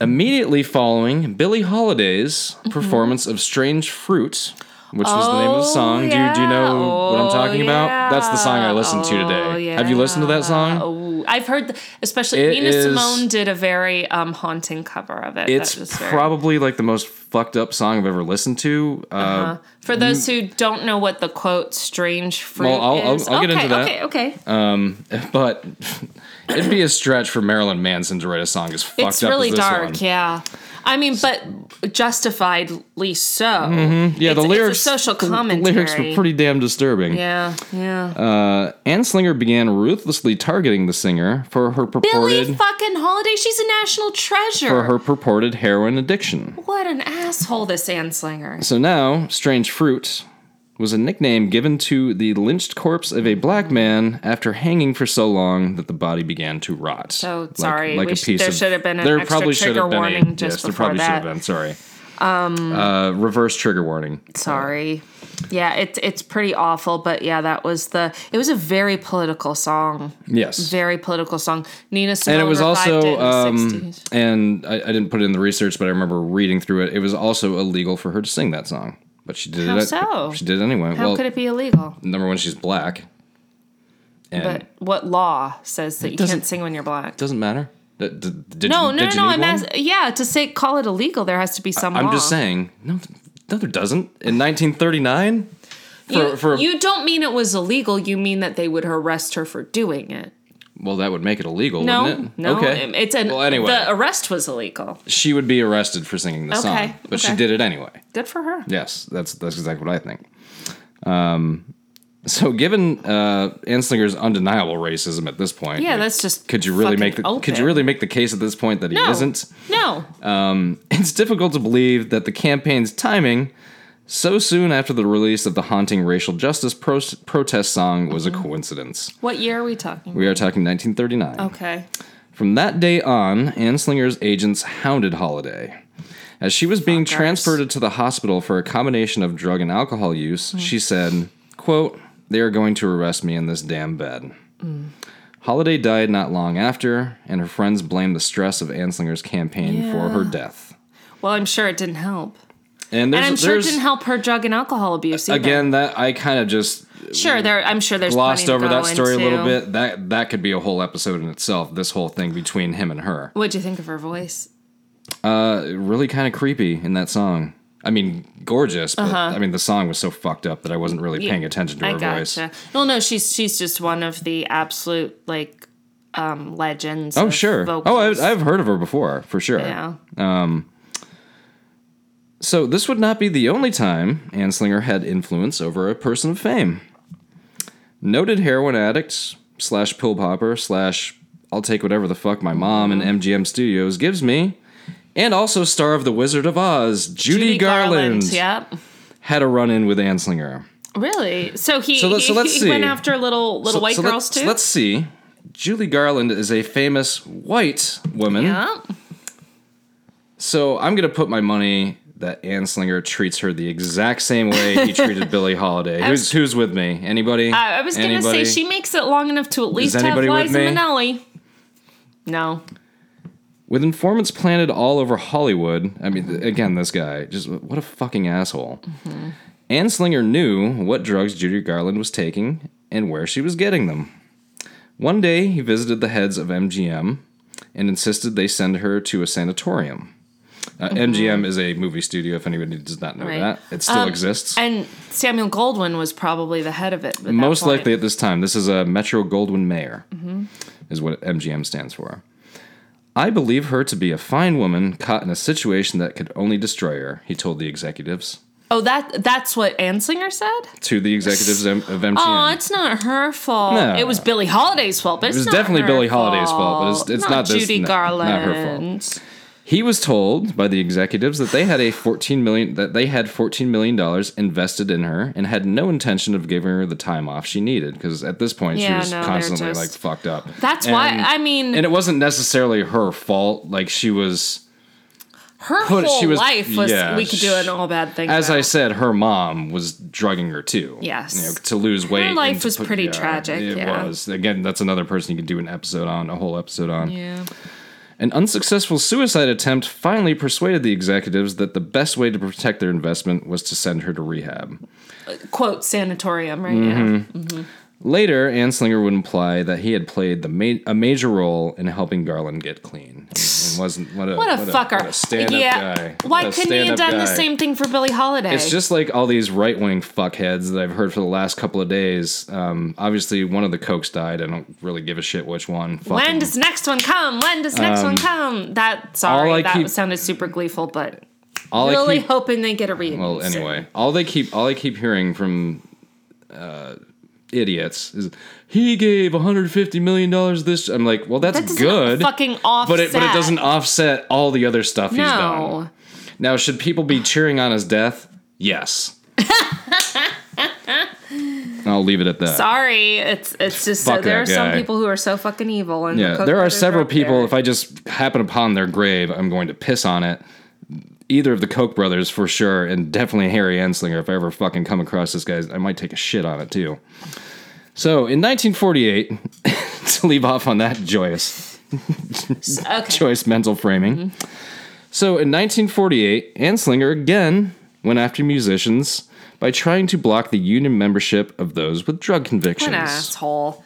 S3: immediately following Billie Holiday's
S4: Mm-hmm.
S3: performance of "Strange Fruit," which was the name of the
S4: Oh,
S3: song. Do you do you know what I'm
S4: yeah.
S3: talking about? That's the song I listened to
S4: Oh,
S3: today. Have you listened to that song?
S4: Ooh, I've heard, th- especially
S3: It
S4: Nina
S3: is-
S4: Simone did a very um, haunting cover of it.
S3: It's
S4: that was very-
S3: probably like the most fucked up song I've ever listened to. Uh,
S4: Uh-huh. for those who don't know what the quote "strange fruit"
S3: Well, I'll- I'll-
S4: is.
S3: I'll get
S4: okay,
S3: into that.
S4: Okay, okay.
S3: but it'd be a stretch for Marilyn Manson to write a song as fucked
S4: it's
S3: up
S4: really
S3: as this
S4: dark
S3: one.
S4: yeah i mean but justifiedly so
S3: Yeah, the
S4: It's- it's a
S3: lyrics,
S4: social
S3: the- the lyrics
S4: commentary.
S3: were pretty damn disturbing.
S4: yeah yeah
S3: Uh, Anslinger began ruthlessly targeting the singer for her
S4: billy
S3: purported
S4: fucking holiday she's a national treasure
S3: for her purported heroin addiction.
S4: what an asshole this anslinger
S3: So now, Strange Fruit was a nickname given to the lynched corpse of a black man after hanging for so long that the body began to rot.
S4: So,
S3: Like-
S4: sorry, we sh- there should have been an
S3: there
S4: extra
S3: probably should
S4: trigger
S3: have been a-
S4: warning just
S3: yes, there
S4: before
S3: probably should have
S4: that.
S3: been. Sorry. Um, uh, reverse trigger warning.
S4: sorry yeah it's it's pretty awful but yeah that was the it was a very political song
S3: Yes.
S4: very political song nina Simone
S3: and it was
S4: revived it
S3: also
S4: in the
S3: um,
S4: 60s.
S3: and I, I didn't put it in the research but i remember reading through it it was also illegal for her to sing that song but she did
S4: How
S3: it
S4: so?
S3: she did it anyway
S4: how
S3: well
S4: could it be illegal
S3: number one she's black and
S4: but
S3: it
S4: what law says that you
S3: doesn't-
S4: can't sing when you're black
S3: doesn't matter Th- d- did
S4: No,
S3: you,
S4: no,
S3: did
S4: no, no.
S3: you
S4: I'm
S3: need one?
S4: ask- yeah, to say call it illegal, there has to be some.
S3: i'm
S4: law.
S3: just saying no th- no there doesn't in 1939 for,
S4: You,
S3: for
S4: you don't mean it was illegal. You mean that they would arrest her for doing it.
S3: well that would make it illegal
S4: No,
S3: wouldn't it
S4: no.
S3: okay
S4: it- It's an.
S3: well anyway
S4: the arrest was illegal.
S3: she would be arrested for singing the song
S4: Okay,
S3: but she
S4: okay.
S3: did it anyway
S4: Good for her.
S3: Yes, that's that's exactly what I think. Um, so given uh, Anslinger's undeniable racism at this point,
S4: Yeah,
S3: like,
S4: that's just.
S3: could you really
S4: fucking
S3: make the could
S4: open.
S3: you really make the case at this point that he
S4: No.
S3: isn't?
S4: No.
S3: It's difficult to believe that the campaign's timing so soon after the release of the haunting racial justice pro- protest song was
S4: Mm-hmm.
S3: a coincidence.
S4: What year are we talking?
S3: We are talking 1939.
S4: okay.
S3: From that day on, Anslinger's agents hounded Holiday. As she was being transferred to the hospital for a combination of drug and alcohol
S4: Mm.
S3: use, she said, quote, They are going to arrest me in this damn bed.
S4: Mm.
S3: Holiday died not long after, and her friends blamed the stress of Anslinger's campaign for her death.
S4: Well, I'm sure it didn't help,
S3: And there's,
S4: and I'm sure it
S3: there's
S4: didn't help her drug and alcohol abuse. Either.
S3: again that I kind of just
S4: sure. There, I'm sure there's
S3: glossed
S4: plenty
S3: over
S4: to go
S3: that story
S4: into.
S3: a little bit. That that could be a whole episode in itself. This whole thing between him and her.
S4: What'd you think of her voice?
S3: really kind of creepy in that song. I mean, gorgeous, but I mean, the song was so fucked up that I wasn't really paying attention to her
S4: Uh-huh. I
S3: voice.
S4: gotcha. Well, no, she's she's just one of the absolute like um legends.
S3: Oh,
S4: of
S3: sure.
S4: Vocals.
S3: Oh, I've, I've heard of her before, for sure.
S4: yeah.
S3: So, this would not be the only time Anslinger had influence over a person of fame. noted heroin addict slash pill popper slash I'll take whatever the fuck my mom
S4: Mm-hmm.
S3: and MGM Studios gives me, and also star of The Wizard of Oz, Judy, Garland,
S4: Yep.
S3: had a run in with Anslinger.
S4: Really? So he,
S3: So let- so
S4: he-
S3: let's
S4: he went
S3: see.
S4: after little little white
S3: so
S4: girls
S3: let's,
S4: too.
S3: Let's see. Julie Garland is a famous white woman.
S4: yeah.
S3: So I'm gonna put my money that Anslinger treats her the exact same way he treated Billie Holiday. Who's who's with me? Anybody?
S4: I, I was gonna
S3: Anybody?
S4: say she makes it long enough to at least have
S3: anybody with
S4: Liza
S3: me?
S4: Minnelli. No.
S3: With informants planted all over Hollywood, I mean, th- again, this guy, just what a fucking asshole. Anslinger knew what drugs Judy Garland was taking and where she was getting them. One day, he visited the heads of MGM and insisted they send her to a sanatorium. Uh, MGM is a movie studio, if anybody does not know
S4: Right.
S3: that. It still exists.
S4: And Samuel Goldwyn was probably the head of it. at that
S3: Most
S4: point.
S3: likely at this time, this is a Metro Goldwyn Mayer, is what MGM stands for. I believe her to be a fine woman caught in a situation that could only destroy her, he told the executives.
S4: Oh, that that's what Anslinger said?
S3: To the executives of of MGM.
S4: Oh, it's not her fault.
S3: No.
S4: It was Billie Holiday's fault, but it's
S3: it was
S4: not
S3: definitely
S4: her
S3: Billie Holiday's fault, but it's, it's not, this.
S4: Judy
S3: no,
S4: Garland.
S3: Not her fault. He was told by the executives that they had a 14 million that they had 14 million dollars invested in her and had no intention of giving her the time off she needed because at this point she
S4: Yeah,
S3: was
S4: no, they're
S3: constantly
S4: just-
S3: like fucked up.
S4: That's why-
S3: And-
S4: I mean-
S3: and it wasn't necessarily her fault. Like she was,
S4: Her
S3: Put it-
S4: whole
S3: she was-
S4: life was
S3: yeah,
S4: we could do an all bad thing.
S3: as
S4: about.
S3: I said, her mom was drugging her too.
S4: Yes.
S3: you know, to lose weight. and
S4: life
S3: to
S4: was pretty tragic,
S3: It
S4: yeah.
S3: was again. That's another person you could do an episode on, a whole episode on.
S4: yeah.
S3: An unsuccessful suicide attempt finally persuaded the executives that the best way to protect their investment was to send her to rehab.
S4: Quote sanatorium, right?
S3: Mm-hmm.
S4: Yeah.
S3: Later, Anslinger would imply that he had played the ma- a major role in helping Garland get clean. And wasn't what a,
S4: What a fucker.
S3: What a stand-up
S4: yeah.
S3: guy.
S4: Why
S3: What a
S4: couldn't he have
S3: stand-up
S4: done the
S3: guy.
S4: same thing for Billie Holiday?
S3: It's just like all these right wing fuckheads that I've heard for the last couple of days. Um, obviously, one of the cokes died. I don't really give a shit which one.
S4: when
S3: Fucking- Um,
S4: does next one come? When does next one come? That
S3: all I
S4: sorry, that
S3: keep-
S4: sounded super gleeful, but
S3: all I
S4: really
S3: keep-
S4: hoping they get a reunion.
S3: Well,
S4: soon.
S3: anyway, all they keep all I keep hearing from uh, idiots is he gave 150 million dollars this. I'm like, well, that's
S4: That doesn't
S3: good,
S4: Fucking offset.
S3: but it but it doesn't offset all the other stuff he's done.
S4: No.
S3: Now, should people be cheering on his death? Yes. I'll leave it at that.
S4: Sorry, it's it's just so
S3: Fuck
S4: there
S3: that
S4: are some
S3: guy.
S4: people who are so fucking evil. And the
S3: Yeah,
S4: Koch
S3: there are
S4: brothers
S3: several
S4: up there.
S3: people. If I just happen upon their grave, I'm going to piss on it. Either of the Koch brothers for sure, and definitely Harry Anslinger. If I ever fucking come across this guy, I might take a shit on it too. So in 1948, to leave off on that joyous,
S4: Okay.
S3: joyous mental framing.
S4: Mm-hmm.
S3: So in 1948, Anslinger again went after musicians by trying to block the union membership of those with drug
S4: What
S3: convictions.
S4: an asshole.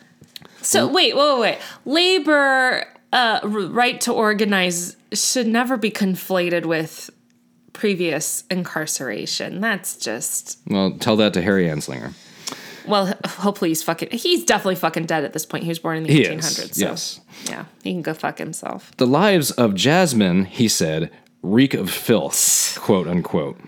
S4: So wait, wait, wait, wait. Labor uh, r- right to organize should never be conflated with previous incarceration. That's just
S3: Well, tell that to Harry Anslinger.
S4: well. h- Hopefully he's fucking. He's definitely fucking dead at this point. He was born in the
S3: He
S4: eighteen
S3: is.
S4: hundreds.
S3: Yes. Oh,
S4: Yeah, he can go fuck himself.
S3: The lives of Jasmine, he said, reek of filth, quote unquote.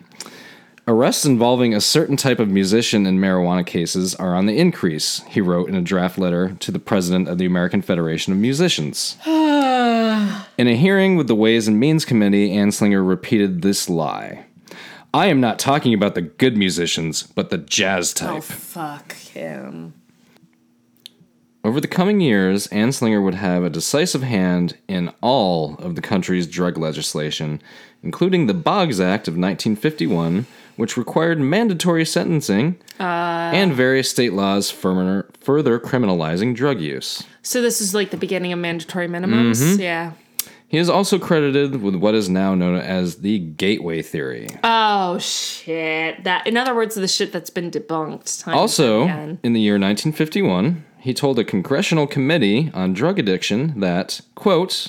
S3: Arrests involving a certain type of musician in marijuana cases are on the increase, he wrote in a draft letter to the president of the American Federation of Musicians. in a hearing with the Ways and Means Committee, Anslinger repeated this lie. I am not talking about the good musicians, but the jazz
S4: Oh
S3: type.
S4: fuck him.
S3: Over the coming years, Anslinger would have a decisive hand in all of the country's drug legislation, including the Boggs Act of 1951, which required mandatory sentencing, and various state laws further, further criminalizing drug use.
S4: So this is like the beginning of mandatory minimums. Yeah.
S3: He is also credited with what is now known as the Gateway Theory.
S4: Oh shit! That, in other words, the shit that's been debunked. Time and
S3: Also,
S4: again.
S3: in the year 1951, he told a congressional committee on drug addiction that, quote,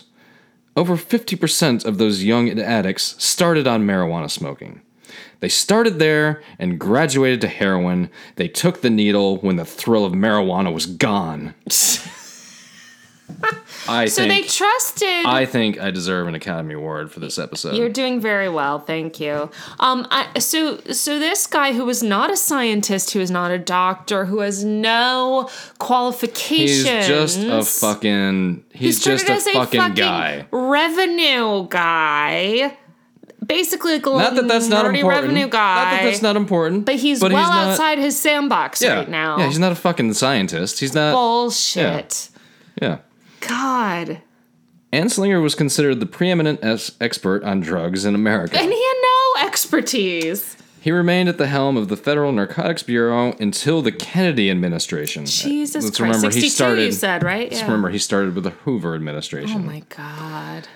S3: over 50% of those young addicts started on marijuana smoking. They started there and graduated to heroin. They took the needle when the thrill of marijuana was gone. I
S4: So they
S3: think
S4: trusted.
S3: I think I deserve an Academy Award for this episode.
S4: You're doing very well, thank you. Um, I, so so this guy who is not a scientist, who is not a doctor, who has no
S3: he's
S4: qualifications,
S3: just a fucking. He's,
S4: he's
S3: just
S4: treated
S3: a
S4: as
S3: fucking, guy.
S4: revenue guy, basically like a
S3: Not that that's not important.
S4: revenue guy.
S3: Not that that's not important.
S4: but he's well
S3: not-
S4: outside his sandbox
S3: yeah,
S4: right now.
S3: Yeah, he's not a fucking scientist. He's not.
S4: bullshit.
S3: yeah.
S4: God.
S3: Anslinger was considered the preeminent es- expert on drugs in America.
S4: And he had no expertise.
S3: He remained at the helm of the Federal Narcotics Bureau until the Kennedy administration. Uh,
S4: Jesus
S3: Let's
S4: Christ.
S3: remember
S4: 62,
S3: he started.
S4: you said, right?
S3: Let's
S4: Yeah.
S3: remember he started with the Hoover
S4: Oh
S3: administration.
S4: my God. Mm-hmm.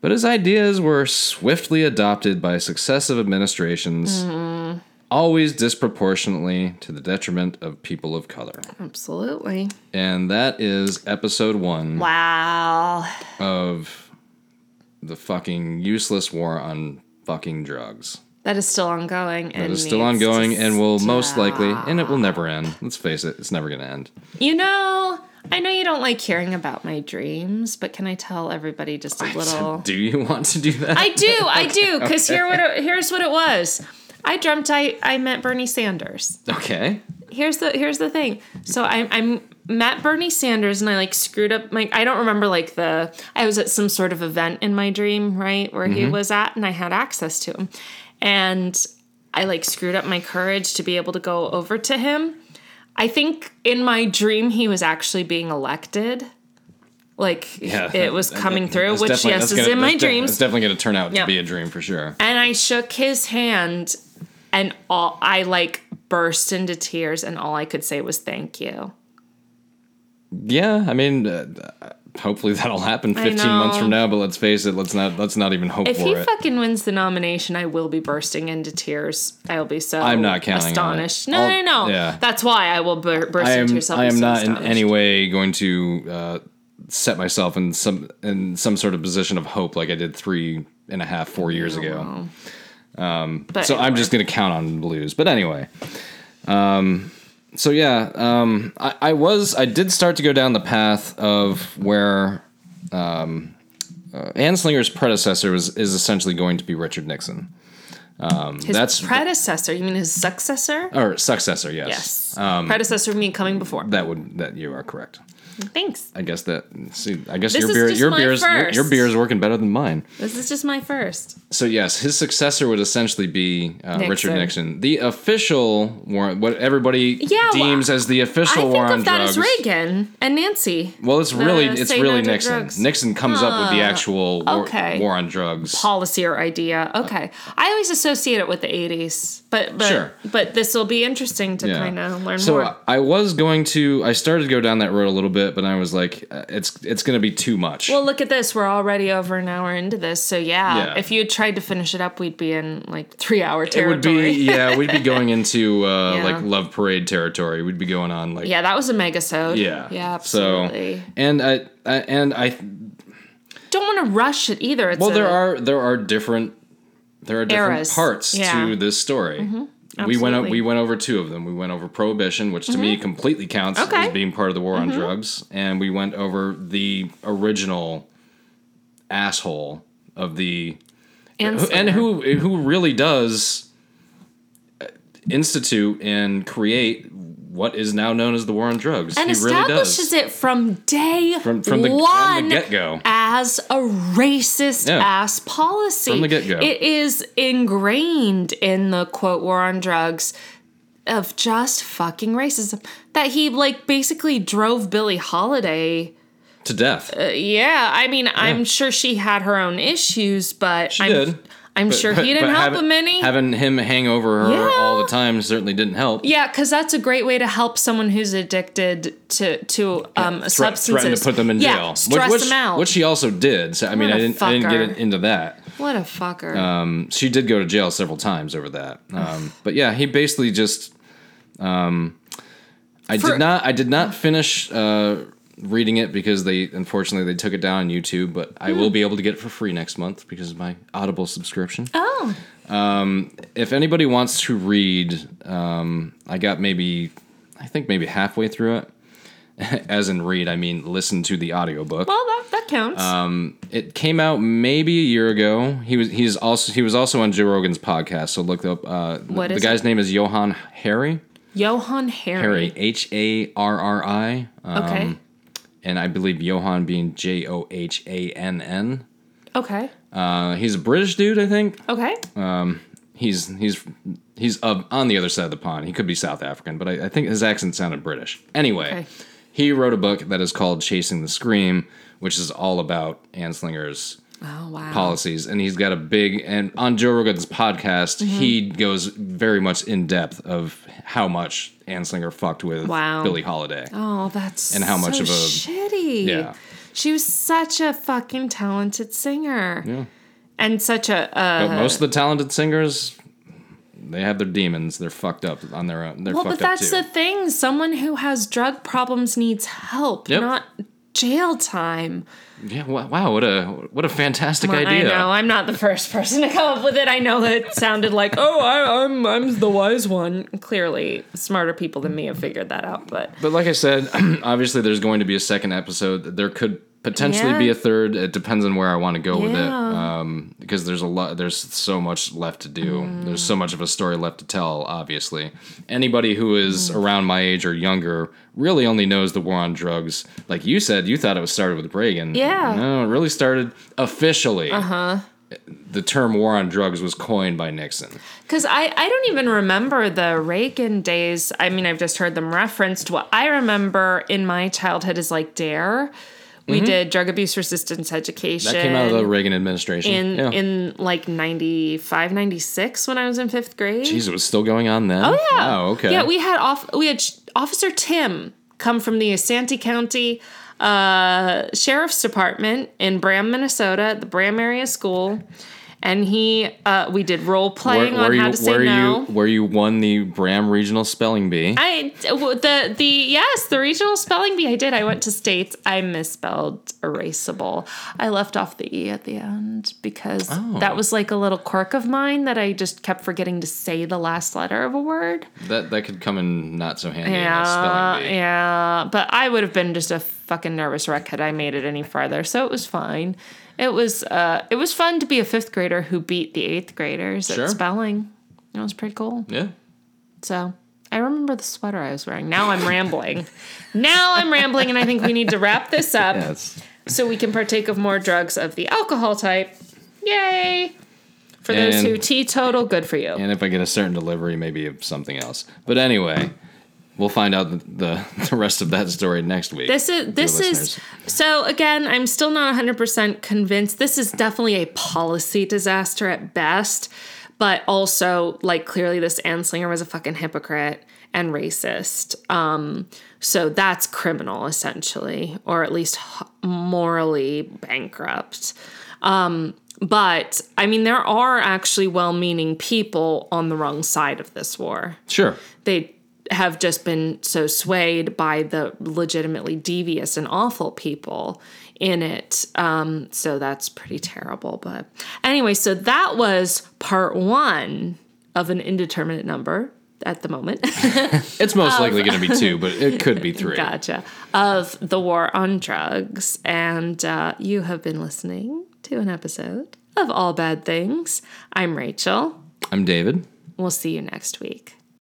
S3: but his ideas were swiftly adopted by successive administrations,
S4: Mm-hmm.
S3: always disproportionately to the detriment of people of color.
S4: Absolutely.
S3: And that is episode one
S4: Wow.
S3: of the fucking useless war on fucking drugs.
S4: That is still ongoing.
S3: It
S4: and
S3: is still
S4: needs to
S3: ongoing and will most
S4: stop.
S3: likely, and it will never end. Let's face it, it's never going to end.
S4: You know, I know you don't like hearing about my dreams, but can I tell everybody just a little?
S3: Do you want to do that?
S4: I do, I do, because here what it, here's what it was. I dreamt I, I met Bernie Sanders.
S3: okay.
S4: here's the here's the thing. So I I met Bernie Sanders and I like screwed up my I don't remember like the I was at some sort of event in my dream, right, where
S3: Mm-hmm.
S4: he was at and I had access to him. And I like screwed up my courage to be able to go over to him. I think in my dream he was actually being elected. Like it was coming through,
S3: That's
S4: which
S3: definitely-
S4: yes
S3: that's
S4: is
S3: gonna-
S4: in my
S3: that's de-
S4: dreams.
S3: It's definitely going to turn out
S4: Yeah.
S3: to be a dream for sure.
S4: And I shook his hand and all I like burst into tears and all I could say was thank you.
S3: Yeah, I mean, uh, uh, hopefully that'll happen 15 months
S4: know.
S3: from now. But let's face it, let's not let's not even hope
S4: If
S3: for
S4: he
S3: it.
S4: fucking wins the nomination, I will be bursting into tears. I'll be so
S3: I'm not counting on it.
S4: astonished. No,
S3: I'll-
S4: no, no.
S3: yeah.
S4: That's why I will bur- burst
S3: I
S4: into
S3: am
S4: tears. I'll
S3: I
S4: be
S3: am
S4: so
S3: not in
S4: astonished.
S3: any way going to uh, set myself in some in some sort of position of hope like I did three and a half four years ago.
S4: But
S3: So I'm
S4: anyway.
S3: just going to count on blues. But anyway, um, so yeah, um, I, I was I did start to go down the path of where um, uh, Anslinger's predecessor was is essentially going to be Richard Nixon
S4: his
S3: that's- Uh,
S4: predecessor. You mean his successor?
S3: or successor. Yes,
S4: yes.
S3: um,
S4: predecessor mean coming before.
S3: that would that you are correct.
S4: Thanks.
S3: I guess that see, I guess
S4: This
S3: your
S4: is
S3: beer
S4: just
S3: your
S4: my
S3: beer's your, your
S4: first.
S3: beer's working better than mine.
S4: This is just my first.
S3: So yes, his successor would essentially be uh, Richard
S4: Nixon.
S3: Nixon, the official war, what everybody
S4: Yeah, well,
S3: deems as the official
S4: I think
S3: war on
S4: of that
S3: drugs.
S4: as Reagan and Nancy.
S3: Well, it's really it's
S4: say
S3: really
S4: no to
S3: Nixon.
S4: drugs. Ah,
S3: Nixon comes up with the actual war,
S4: okay.
S3: war on drugs.
S4: policy or idea. Okay, I always associate it with the '80s, but but
S3: Sure.
S4: but this will be interesting to
S3: Yeah.
S4: kind of learn
S3: so uh,
S4: more.
S3: I I was going to I started to go down that road a little bit, but I was like, uh, it's it's going to be too much.
S4: well, look at this. We're already over an hour into this, so yeah.
S3: Yeah.
S4: If you had tried to finish it up, we'd be in like three-hour
S3: it would
S4: territory.
S3: be yeah, we'd be going into uh,
S4: Yeah.
S3: like love parade territory. We'd be going on like
S4: yeah, that was a megasode.
S3: yeah,
S4: yeah,
S3: So-
S4: absolutely.
S3: and I, I and I
S4: Don't want to rush it either. It's
S3: well
S4: a-
S3: there are there are different there are different
S4: Eras.
S3: parts
S4: Yeah. Mm-hmm.
S3: to this story we went o-
S4: Absolutely. Mm-hmm.
S3: we went over two of them we went over prohibition which to me completely counts
S4: Okay. Mm-hmm.
S3: as being part of the war on drugs and we went over the original asshole of the
S4: and,
S3: who- and who who really does uh, institute and create what is now known as the war on drugs
S4: and
S3: he really does
S4: establishes it from day
S3: From- from the- from the
S4: one
S3: get-go.
S4: as a racist
S3: Yeah.
S4: ass policy.
S3: From the get-go.
S4: it is ingrained in the quote war on drugs of just fucking racism that he like basically drove Billie Holiday. Uh,
S3: to death
S4: Yeah, I mean, I'm sure she had her own issues, but
S3: She
S4: I'm,
S3: did.
S4: I'm sure he didn't
S3: But
S4: help
S3: having-
S4: him any.
S3: Having him hang over her
S4: Yeah.
S3: all the time certainly didn't help.
S4: Yeah, because that's a great way to help someone who's addicted to to um,
S3: Threat-
S4: substances.
S3: threatened to put them in
S4: Yeah,
S3: jail, which-
S4: stress
S3: which,
S4: them out.
S3: Which she also did. So I mean,
S4: What
S3: I
S4: a
S3: didn't, I didn't
S4: fucker.
S3: get into that.
S4: what a fucker.
S3: Um, she did go to jail several times over that. Um, but yeah, he basically just. Um, I
S4: For-
S3: did not. I did not finish uh, reading it because they unfortunately they took it down on YouTube. But I
S4: Hmm.
S3: will be able to get it for free next month because of my Audible subscription.
S4: oh,
S3: if anybody wants to read, um, I got maybe, I think maybe halfway through it. as in read, I mean listen to the audiobook.
S4: Well, that, that counts.
S3: It came out maybe a year ago. He was he's also he was also on Joe Rogan's podcast. So look up. Uh,
S4: What
S3: the
S4: is
S3: guy's
S4: it?
S3: name is Johan Harry.
S4: Johan Harry.
S3: Harry H A R R I. Um,
S4: Okay.
S3: And I believe Johan being J O H A N N.
S4: okay.
S3: Uh, he's a British dude, I think.
S4: Okay.
S3: uh, He's he's he's uh, on the other side of the pond. He could be South African, but I, I think his accent sounded British. Anyway,
S4: Okay.
S3: he wrote a book that is called Chasing the Scream, which is all about Anslinger's
S4: oh wow.
S3: policies and he's got a big and on joe rogan's podcast
S4: Mm-hmm.
S3: he goes very much in depth of how much anslinger fucked with
S4: Wow.
S3: billie holiday
S4: Oh, that's
S3: And how much
S4: so
S3: of a-
S4: shitty.
S3: Yeah.
S4: She was such a fucking talented singer. Yeah. And such a uh,
S3: but most of the talented singers they have their demons they're fucked up on their own they're
S4: well,
S3: fucked
S4: but that's
S3: up
S4: the
S3: too
S4: thing. Someone who has drug problems needs help,
S3: Yep.
S4: not jail time.
S3: yeah wa- wow what a what a fantastic
S4: Well,
S3: idea
S4: I know. I'm not the first person to come up with it. I know that it sounded like, oh, I, I'm I'm the wise one. Clearly, smarter people than me have figured that out. But
S3: But like I said, obviously there's going to be a second episode. There could potentially
S4: Yeah.
S3: be a third. It depends on where I want to go with it.
S4: Yeah.
S3: Um, because there's a lot there's so much left to do.
S4: Mm.
S3: There's so much of a story left to tell, obviously. Anybody who
S4: Mm.
S3: is around my age or younger really only knows the war on drugs. Like you said, you thought it was started with Reagan.
S4: Yeah.
S3: No, it really started officially. Uh-huh. The term war on drugs was coined by Nixon.
S4: Because I, I don't even remember the Reagan days. I mean, I've just heard them referenced. What I remember in my childhood is like DARE. We did drug abuse resistance education.
S3: Mm-hmm. That came out of the Reagan administration.
S4: in,
S3: yeah.
S4: in like 95, 96 when I was in fifth grade.
S3: Jeez, it was still going on then.
S4: Oh, yeah.
S3: Wow, okay.
S4: Yeah, we had off we had sh- Officer Tim come from the Asante County uh, Sheriff's Department in Bram, Minnesota, at the Bram Area School. And he, uh, we did role playing on how to say
S3: where
S4: no.
S3: You, where you won the Bram Regional Spelling Bee.
S4: I well, the the yes the regional spelling bee I did I went to states I misspelled erasable I left off the e at the end because
S3: Oh.
S4: that was like a little quirk of mine that I just kept forgetting to say the last letter of a word
S3: that that could come in not so handy in a
S4: yeah
S3: spelling bee.
S4: yeah but I would have been just a fucking nervous wreck had I made it any farther so it was fine it was uh it was fun to be a fifth grader who beat the eighth graders
S3: Sure.
S4: at spelling that was pretty cool
S3: Yeah.
S4: so I remember the sweater I was wearing. Now I'm rambling. Now I'm rambling, and I think we need to wrap this up
S3: That's
S4: so we can partake of more drugs of the alcohol type. Yay! For those who
S3: And-
S4: teetotal, good for you.
S3: and if I get a certain delivery, maybe of something else. But anyway, we'll find out the the, the rest of that story next week.
S4: This is this is
S3: listeners.
S4: so again, I'm still not 100% convinced this is definitely a policy disaster at best, but also like clearly this Anslinger was a fucking hypocrite and racist. Um so that's criminal essentially or at least h- morally bankrupt. Um but I mean there are actually well-meaning people on the wrong side of this war
S3: sure.
S4: they have just been so swayed by the legitimately devious and awful people in it. Um, so that's pretty terrible. But anyway, so that was part one of an indeterminate number at the moment.
S3: It's most likely going to be two, but it could be three.
S4: gotcha. Of the war on drugs. And uh, you have been listening to an episode of All Bad Things. I'm Rachel.
S3: I'm David.
S4: We'll see you next week.